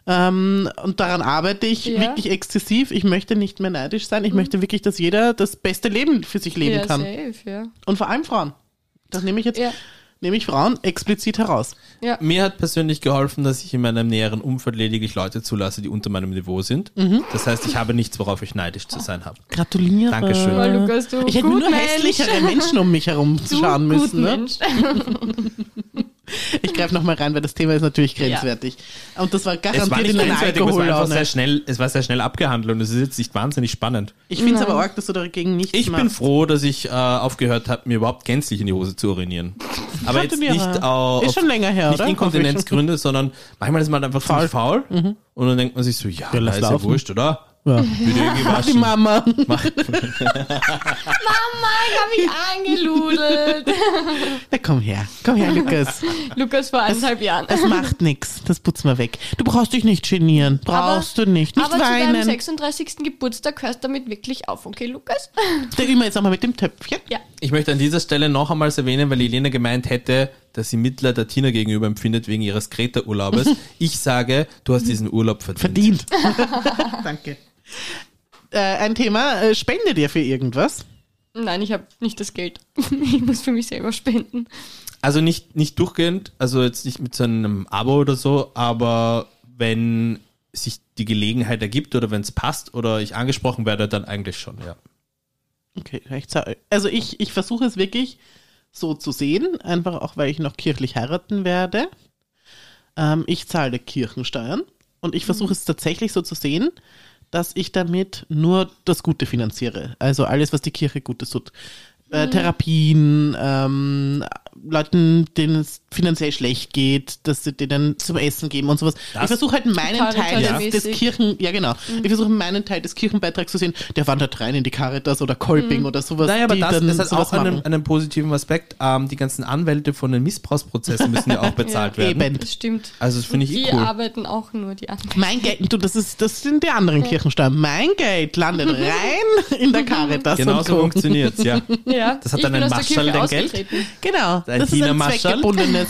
Speaker 1: Ähm, und daran arbeite ich
Speaker 3: Ja. Mhm.
Speaker 1: wirklich exzessiv. Ich möchte nicht mehr neidisch sein. Ich möchte wirklich, dass jeder das beste Leben für sich leben
Speaker 3: ja,
Speaker 1: kann.
Speaker 3: safe, ja.
Speaker 1: Und vor allem Frauen. Das nehme ich jetzt,
Speaker 3: Ja.
Speaker 1: nehme ich Frauen explizit heraus.
Speaker 3: ja.
Speaker 2: Mir hat persönlich geholfen, dass ich in meinem näheren Umfeld lediglich Leute zulasse, die unter meinem Niveau sind.
Speaker 3: Mhm.
Speaker 2: Das heißt, ich habe nichts, worauf ich neidisch zu sein habe.
Speaker 1: Gratuliere.
Speaker 2: Dankeschön.
Speaker 3: Boah, Lukas, du
Speaker 1: Äh, Ich hätte mir
Speaker 3: gut
Speaker 1: nur
Speaker 3: Mensch.
Speaker 1: hässlichere Menschen um mich herum
Speaker 3: Du
Speaker 1: schauen
Speaker 3: gut
Speaker 1: müssen. Ne?
Speaker 3: Mensch.
Speaker 1: Ich greife nochmal rein, weil das Thema ist natürlich grenzwertig. Und das war
Speaker 2: Es war
Speaker 1: garantiert
Speaker 2: nicht
Speaker 1: in einer
Speaker 2: grenzwertig, aber es war einfach sehr
Speaker 1: Alkohollaune.
Speaker 2: schnell, es war sehr schnell abgehandelt und es ist jetzt nicht wahnsinnig spannend.
Speaker 1: Ich finde es aber arg, dass du dagegen nichts
Speaker 2: Ich
Speaker 1: machst.
Speaker 2: bin froh, dass ich äh, aufgehört habe, mir überhaupt gänzlich in die Hose zu urinieren. Aber jetzt
Speaker 1: Gratuliere.
Speaker 2: nicht äh, auf,
Speaker 1: Ist schon länger her,
Speaker 2: nicht
Speaker 1: oder?
Speaker 2: Inkontinenzgründe, sondern manchmal ist man halt einfach faul. faul und dann denkt man sich so, ja,
Speaker 1: Mhm. Ja,
Speaker 2: da
Speaker 1: lass
Speaker 2: ist ja
Speaker 1: laufen.
Speaker 2: wurscht, oder?
Speaker 1: Ja.
Speaker 2: Wird eh
Speaker 1: Die
Speaker 2: gewaschen.
Speaker 1: Mama.
Speaker 3: Ich hab mich angeludelt.
Speaker 1: Na komm her, komm her, Lukas.
Speaker 3: Lukas vor eineinhalb Jahren.
Speaker 1: Das macht nix, das putzen wir weg. Du brauchst dich nicht genieren, brauchst du nicht. Nicht
Speaker 3: aber zu deinem
Speaker 1: weinen.
Speaker 3: 36. Geburtstag hörst damit wirklich auf, okay, Lukas?
Speaker 1: Da üben wir jetzt nochmal mit dem Töpfchen.
Speaker 3: Ja.
Speaker 2: Ich möchte an dieser Stelle noch einmal erwähnen, weil Elena gemeint hätte, dass sie Mitleid der Tina gegenüber empfindet wegen ihres Kreta-Urlaubes. Ich sage, du hast diesen Urlaub verdient.
Speaker 1: Verdient. Danke. äh, ein Thema. Äh, spendet ihr für irgendwas?
Speaker 3: Nein, ich habe nicht das Geld. ich muss für mich selber spenden.
Speaker 2: Also nicht, nicht durchgehend, also jetzt nicht mit so einem Abo oder so, aber wenn sich die Gelegenheit ergibt oder wenn es passt oder ich angesprochen werde, dann eigentlich schon, ja.
Speaker 1: Okay, ich zahl- also ich, ich versuche es wirklich so zu sehen, einfach auch weil ich noch kirchlich heiraten werde. Ähm, ich zahle Kirchensteuern und ich versuche es tatsächlich so zu sehen, dass ich damit nur das Gute finanziere. Also alles, was die Kirche Gutes tut. Äh, Therapien, ähm, Leuten, denen es finanziell schlecht geht, dass sie denen zum Essen geben und sowas. ich
Speaker 2: Das-
Speaker 1: versuche halt meinen Teil des, des
Speaker 3: Caritas-mäßig.
Speaker 1: Kirchen, ja genau. Ich versuche meinen Teil des Kirchenbeitrags zu sehen, der wandert rein in die Caritas oder Kolping oder sowas.
Speaker 2: Naja, aber
Speaker 1: die
Speaker 2: das,
Speaker 1: dann
Speaker 2: das hat
Speaker 1: sowas
Speaker 2: auch einen,
Speaker 1: machen.
Speaker 2: einen positiven Aspekt. Ähm, die ganzen Anwälte von den Missbrauchsprozessen müssen ja auch bezahlt werden.
Speaker 1: Eben.
Speaker 3: Das stimmt.
Speaker 2: Also das finde ich
Speaker 3: die
Speaker 2: eh cool.
Speaker 3: arbeiten auch nur, die anderen.
Speaker 1: Mein Geld, du, das ist, das sind die anderen Kirchensteuern. Mein Geld landet rein in der Caritas und
Speaker 2: Genauso
Speaker 1: Co.
Speaker 2: funktioniert ja.
Speaker 3: Ja,
Speaker 2: Das hat
Speaker 3: ich
Speaker 2: dann
Speaker 3: bin
Speaker 2: ein
Speaker 3: aus der Kirche
Speaker 2: Marschall dein Geld?
Speaker 3: ausgetreten.
Speaker 1: Genau,
Speaker 2: Ein
Speaker 1: das ist ein
Speaker 2: Tina-Mascherl.
Speaker 1: zweckgebundenes.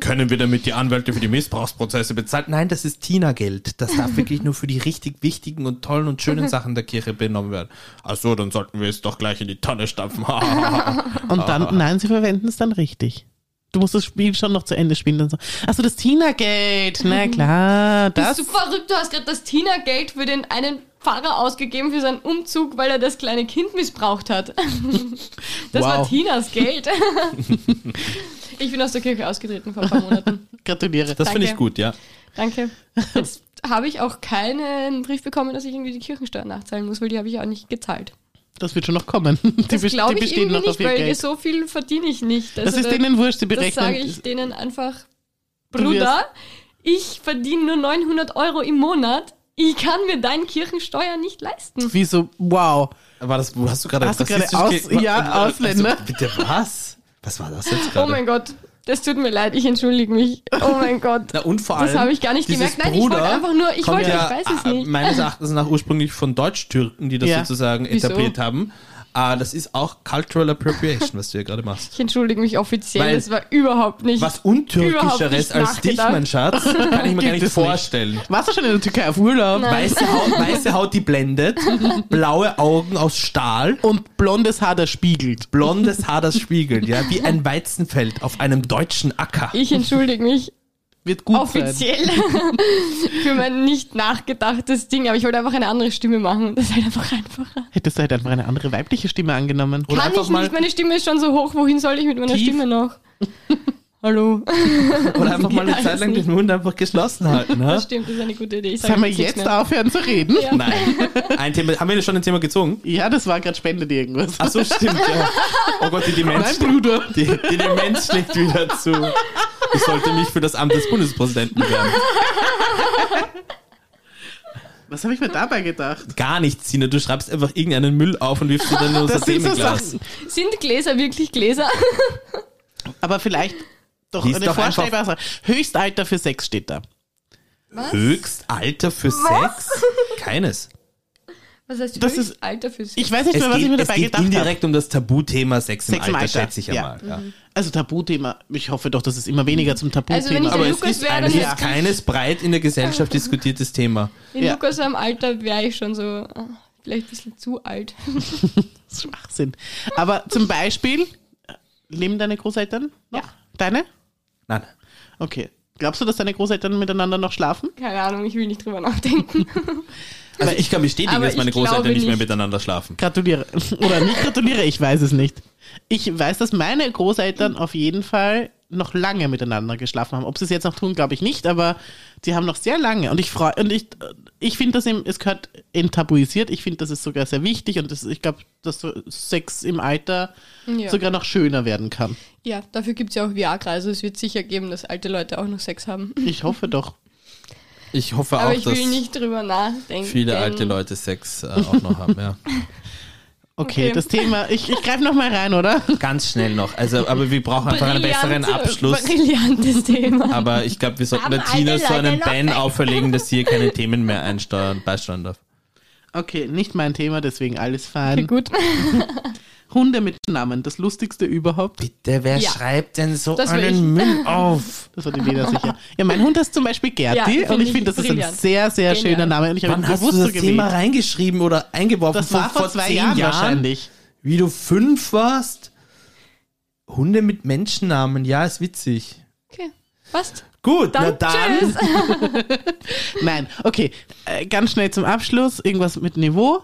Speaker 2: Können wir damit die Anwälte für die Missbrauchsprozesse bezahlen? Nein, das ist Tina-Geld. Das darf wirklich nur für die richtig wichtigen und tollen und
Speaker 3: Mhm.
Speaker 2: schönen Sachen der Kirche benommen werden. Ach so, dann sollten wir es doch gleich in die Tonne stampfen.
Speaker 1: Und
Speaker 2: Ah.
Speaker 1: dann, nein, sie verwenden es dann richtig. Du musst das Spiel schon noch zu Ende spielen. dann so. Achso, das Tina-Geld, na klar,
Speaker 3: Mhm. Bist
Speaker 1: das.
Speaker 3: du verrückt? Du hast gerade das Tina-Geld für den einen Pfarrer ausgegeben für seinen Umzug, weil er das kleine Kind missbraucht hat. Das war
Speaker 1: Wow.
Speaker 3: Tinas Geld. Ich bin aus der Kirche ausgetreten vor ein paar Monaten.
Speaker 1: Gratuliere.
Speaker 2: Das finde
Speaker 3: Danke.
Speaker 2: ich gut, ja.
Speaker 3: Danke. Jetzt habe ich auch keinen Brief bekommen, dass ich irgendwie die Kirchensteuer nachzahlen muss, weil die habe ich auch nicht gezahlt.
Speaker 1: Das wird schon noch kommen. Die,
Speaker 3: Das
Speaker 1: best-
Speaker 3: glaube
Speaker 1: die
Speaker 3: ich
Speaker 1: bestehen
Speaker 3: irgendwie
Speaker 1: noch auf
Speaker 3: nicht,
Speaker 1: ihr
Speaker 3: weil
Speaker 1: Geld.
Speaker 3: so viel verdiene ich nicht.
Speaker 1: das
Speaker 3: Also
Speaker 1: ist
Speaker 3: da-
Speaker 1: denen wurscht, die
Speaker 3: Das sage
Speaker 1: berechnen.
Speaker 3: ich denen einfach,
Speaker 1: Du wirst-
Speaker 3: Bruder, ich verdiene nur 900 Euro im Monat. Ich kann mir deine Kirchensteuer nicht leisten.
Speaker 1: Wieso, wow.
Speaker 2: War das, hast du gerade
Speaker 1: Hast du gerade
Speaker 2: rassistisch
Speaker 1: aus-
Speaker 2: ge-
Speaker 1: ja,
Speaker 2: Also,
Speaker 1: Ausländer.
Speaker 2: bitte was? Was war das jetzt
Speaker 3: Oh
Speaker 2: gerade?
Speaker 3: mein Gott, das tut mir leid, ich entschuldige mich. Oh mein Gott.
Speaker 2: Na und vor allem.
Speaker 3: Das habe ich gar nicht
Speaker 2: dieses
Speaker 3: gemerkt. Nein, ich wollte
Speaker 2: Bruder
Speaker 3: einfach nur- ich
Speaker 2: kommt
Speaker 3: wollte-
Speaker 2: ja,
Speaker 3: ich weiß es
Speaker 2: äh,
Speaker 3: nicht.
Speaker 2: Meines Erachtens nach ursprünglich von Deutsch-Türken, die das
Speaker 1: Ja.
Speaker 2: sozusagen
Speaker 3: Wieso?
Speaker 2: etabliert haben. Äh, das ist auch Cultural Appropriation, was du hier gerade machst.
Speaker 3: Ich entschuldige mich offiziell,
Speaker 2: Weil-
Speaker 3: das war überhaupt nicht.
Speaker 2: Was
Speaker 3: Überhaupt
Speaker 2: untürkischeres
Speaker 3: nicht
Speaker 2: als dich,
Speaker 3: nachgedacht.
Speaker 2: mein Schatz, kann ich mir gar
Speaker 1: Gibt
Speaker 2: nicht
Speaker 1: es nicht.
Speaker 2: vorstellen.
Speaker 1: Warst du schon in der Türkei auf Urlaub?
Speaker 3: Nein.
Speaker 2: Weiße Haut, weiße Haut, die blendet, blaue Augen aus Stahl,
Speaker 1: Und blondes Haar, das spiegelt.
Speaker 2: blondes Haar, das spiegelt, ja, wie ein Weizenfeld auf einem deutschen Acker.
Speaker 3: Ich entschuldige mich
Speaker 1: Wird gut sein.
Speaker 3: offiziell für mein nicht nachgedachtes Ding, aber ich wollte einfach eine andere Stimme machen. Das ist halt einfach einfacher.
Speaker 1: Hättest du halt einfach eine andere weibliche Stimme angenommen.
Speaker 2: Oder
Speaker 3: kann
Speaker 2: einfach
Speaker 3: ich
Speaker 2: mal-
Speaker 3: nicht, meine Stimme ist schon so hoch. Wohin soll ich mit meiner
Speaker 2: Tief.
Speaker 3: Stimme noch? Hallo.
Speaker 2: Oder einfach mal eine
Speaker 3: Weiß
Speaker 2: Zeit lang
Speaker 3: nicht.
Speaker 2: den Mund einfach geschlossen halten.
Speaker 3: Das
Speaker 2: Ne?
Speaker 3: stimmt, das ist eine gute Idee. Ich sag
Speaker 1: Sollen wir
Speaker 3: jetzt nichts
Speaker 1: jetzt
Speaker 3: mehr.
Speaker 1: aufhören zu reden? Ja,
Speaker 3: Ja.
Speaker 2: Nein. Ein Thema, haben wir schon ein Thema gezogen?
Speaker 1: das war gerade spendet ihr irgendwas.
Speaker 2: Ach so, stimmt. Ja. Oh Gott, die Demenz,
Speaker 1: Nein, Bruder.
Speaker 2: die, die Demenz schlägt wieder zu. Ich sollte mich für das Amt des Bundespräsidenten bewerben.
Speaker 1: Was habe ich mir dabei gedacht?
Speaker 2: Gar nichts, Sina. Du schreibst einfach irgendeinen Müll auf und wirfst ihn dann in unser
Speaker 1: Das sind so
Speaker 2: Themenglas.
Speaker 1: Sachen.
Speaker 3: Sind Gläser wirklich Gläser?
Speaker 1: Aber vielleicht doch
Speaker 2: Lies
Speaker 1: eine
Speaker 2: doch einfach-
Speaker 1: vorstellbare Sache. Höchstalter für Sex steht da.
Speaker 2: Höchstalter für Sex? Keines.
Speaker 3: Was heißt
Speaker 1: Das
Speaker 3: das
Speaker 1: ist-
Speaker 3: ist Alter für sich?
Speaker 1: Ich weiß nicht mehr, was ich mir
Speaker 2: es
Speaker 1: dabei
Speaker 2: geht
Speaker 1: gedacht habe.
Speaker 2: indirekt um das Tabuthema Sex im,
Speaker 1: Sex
Speaker 2: Alter, schätze ich einmal. Ja.
Speaker 1: Also Tabuthema. Ich hoffe doch, dass es immer weniger zum
Speaker 3: Also wenn
Speaker 1: Tabuthema
Speaker 3: ich
Speaker 1: Aber
Speaker 2: Aber es
Speaker 3: Lukas
Speaker 2: ist,
Speaker 3: wäre
Speaker 2: ein, es
Speaker 3: dann
Speaker 2: ist
Speaker 1: jetzt-
Speaker 2: keines breit in der Gesellschaft diskutiertes Thema.
Speaker 3: In
Speaker 1: Ja.
Speaker 3: Lukas am Alter wäre ich schon so ah, vielleicht ein bisschen zu alt.
Speaker 1: es ist Schwachsinn. Aber zum Beispiel, leben deine Großeltern noch?
Speaker 3: Ja.
Speaker 1: Deine?
Speaker 2: Nein. Also
Speaker 1: Okay. Glaubst du, dass deine Großeltern miteinander noch schlafen?
Speaker 3: Keine Ahnung, ich will nicht drüber nachdenken.
Speaker 2: Also ich kann bestätigen,
Speaker 3: aber
Speaker 2: dass meine
Speaker 3: ich glaube
Speaker 2: Großeltern nicht mehr
Speaker 3: nicht.
Speaker 2: miteinander schlafen.
Speaker 1: Gratuliere. Oder nicht gratuliere, ich weiß es nicht. Ich weiß, dass meine Großeltern auf jeden Fall noch lange miteinander geschlafen haben. Ob sie es jetzt noch tun, glaube ich nicht, aber sie haben noch sehr lange. Und ich freue, und ich, ich finde das, im, es gehört enttabuisiert. Ich finde, das ist sogar sehr wichtig und das, ich glaube, dass so Sex im Alter
Speaker 3: Ja.
Speaker 1: sogar noch schöner werden kann.
Speaker 3: ja, dafür gibt es ja auch Viagra, also es wird sicher geben, dass alte Leute auch noch Sex haben.
Speaker 1: Ich hoffe doch.
Speaker 2: Ich hoffe
Speaker 3: Aber
Speaker 2: auch,
Speaker 3: ich
Speaker 2: dass
Speaker 3: will nicht drüber nachdenken.
Speaker 2: viele alte Leute Sex äh, auch noch haben. Ja.
Speaker 1: Okay,
Speaker 3: Okay.
Speaker 1: das Thema, ich, ich greife nochmal rein, oder?
Speaker 2: Ganz schnell noch. Also, aber wir brauchen einfach einen besseren
Speaker 3: Brillante-
Speaker 2: Abschluss.
Speaker 3: Brillantes Thema.
Speaker 2: Aber ich glaube, wir sollten
Speaker 3: Haben
Speaker 2: der Tina
Speaker 3: alte
Speaker 2: so einen
Speaker 3: Leute noch
Speaker 2: Ban
Speaker 3: Sex?
Speaker 2: auferlegen, dass sie hier keine Themen mehr einsteuern, beisteuern darf.
Speaker 1: Okay, nicht mein Thema, deswegen alles fein.
Speaker 3: Okay, gut.
Speaker 1: Hunde mit Namen, das lustigste überhaupt.
Speaker 2: Bitte, wer
Speaker 3: Ja.
Speaker 2: schreibt denn so
Speaker 3: Das will
Speaker 2: einen Müll auf?
Speaker 1: Das war die Lena sicher. Ja, mein Hund heißt zum Beispiel Gerti
Speaker 3: Ja, finde
Speaker 1: und ich
Speaker 3: ich
Speaker 1: finde, das ist ein
Speaker 3: brillant.
Speaker 1: sehr, sehr
Speaker 3: Genial.
Speaker 1: schöner Name und ich habe ihn
Speaker 2: Wann hast du
Speaker 1: bewusst so
Speaker 2: das Thema
Speaker 1: gewählt.
Speaker 2: reingeschrieben oder eingeworfen?
Speaker 1: Das war vor zwei Jahren, wahrscheinlich.
Speaker 2: Wie du fünf warst? Hunde mit Menschennamen, ja, ist witzig.
Speaker 3: Okay, passt.
Speaker 2: Gut,
Speaker 3: Dann,
Speaker 2: na dann.
Speaker 3: tschüss.
Speaker 1: Nein, okay. Äh, ganz schnell zum Abschluss. Irgendwas mit Niveau.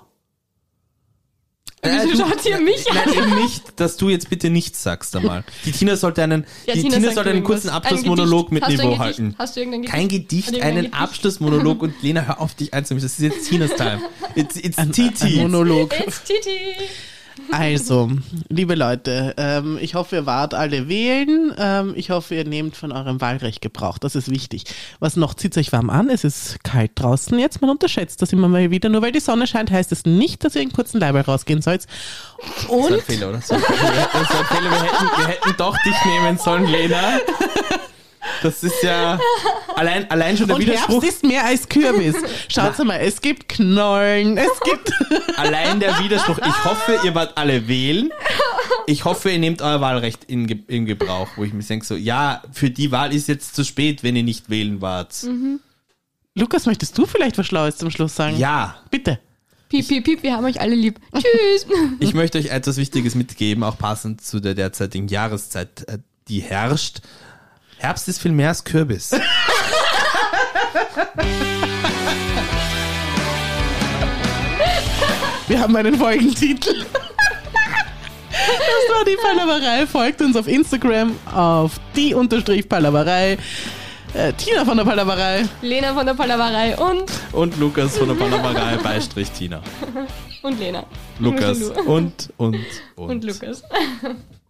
Speaker 2: Äh,
Speaker 3: Wieso
Speaker 2: du-
Speaker 3: schaut ihr mich an?
Speaker 2: äh, Nein, eben nicht, dass du jetzt bitte nichts sagst einmal. Die Tina sollte einen,
Speaker 3: Ja,
Speaker 2: die Tina,
Speaker 3: sag
Speaker 2: sollte
Speaker 3: du
Speaker 2: einen
Speaker 3: irgendwas.
Speaker 2: kurzen
Speaker 3: Ein
Speaker 2: Abschlussmonolog
Speaker 3: Gedicht.
Speaker 2: mit
Speaker 3: Hast du ein
Speaker 2: Niveau
Speaker 3: Gedicht?
Speaker 2: halten.
Speaker 3: Hast du irgendein Gedicht?
Speaker 2: Kein Gedicht,
Speaker 3: Irgendein
Speaker 2: einen
Speaker 3: Gedicht?
Speaker 2: Abschlussmonolog und Lena, hör auf, dich einzumischen. Das ist jetzt Tinas Time. It's, it's
Speaker 1: Ein, ein
Speaker 2: TT.
Speaker 1: Monolog.
Speaker 3: It's Titi.
Speaker 1: Also, liebe Leute, ähm, ich hoffe, ihr wart alle wählen. Ähm, ich hoffe, ihr nehmt von eurem Wahlrecht Gebrauch. Das ist wichtig. Was noch? Zieht euch warm an. Es ist kalt draußen jetzt. Man unterschätzt das immer mal wieder. Nur weil die Sonne scheint, heißt es nicht, dass ihr in kurzen Leibel rausgehen sollt.
Speaker 2: Das war
Speaker 1: Und
Speaker 2: ein Fehler, oder? Das war ein Fehler. Das war ein Fehler. Wir, hätten, wir hätten doch dich nehmen sollen, Lena. Das ist ja allein, allein schon der
Speaker 1: Und
Speaker 2: Widerspruch.
Speaker 1: Herbst ist mehr als Kürbis. Schaut's mal, es gibt Knollen, es gibt.
Speaker 2: Allein der Widerspruch. Ich hoffe, ihr wart alle wählen. Ich hoffe, ihr nehmt euer Wahlrecht in, Ge- in Gebrauch, wo ich mir denke, so, ja, für die Wahl ist jetzt zu spät, wenn ihr nicht wählen wart.
Speaker 1: Mhm. Lukas, möchtest du vielleicht was Schlaues zum Schluss sagen?
Speaker 2: Ja.
Speaker 1: Bitte.
Speaker 3: Piep, piep, piep, wir haben euch alle lieb. Tschüss.
Speaker 2: Ich möchte euch etwas Wichtiges mitgeben, auch passend zu der derzeitigen Jahreszeit, äh, die herrscht. Herbst ist viel mehr als Kürbis.
Speaker 1: Wir haben einen Folgentitel. Das war die Palaverei. Folgt uns auf Instagram auf die unterstrich Palaverei. Äh, Tina von der Palaverei.
Speaker 3: Lena von der Palaverei und,
Speaker 2: Und Lukas von der Panamerei bei Strich Tina.
Speaker 3: und Lena.
Speaker 2: Lukas
Speaker 3: Nur.
Speaker 2: und, und, und.
Speaker 3: Und Lukas.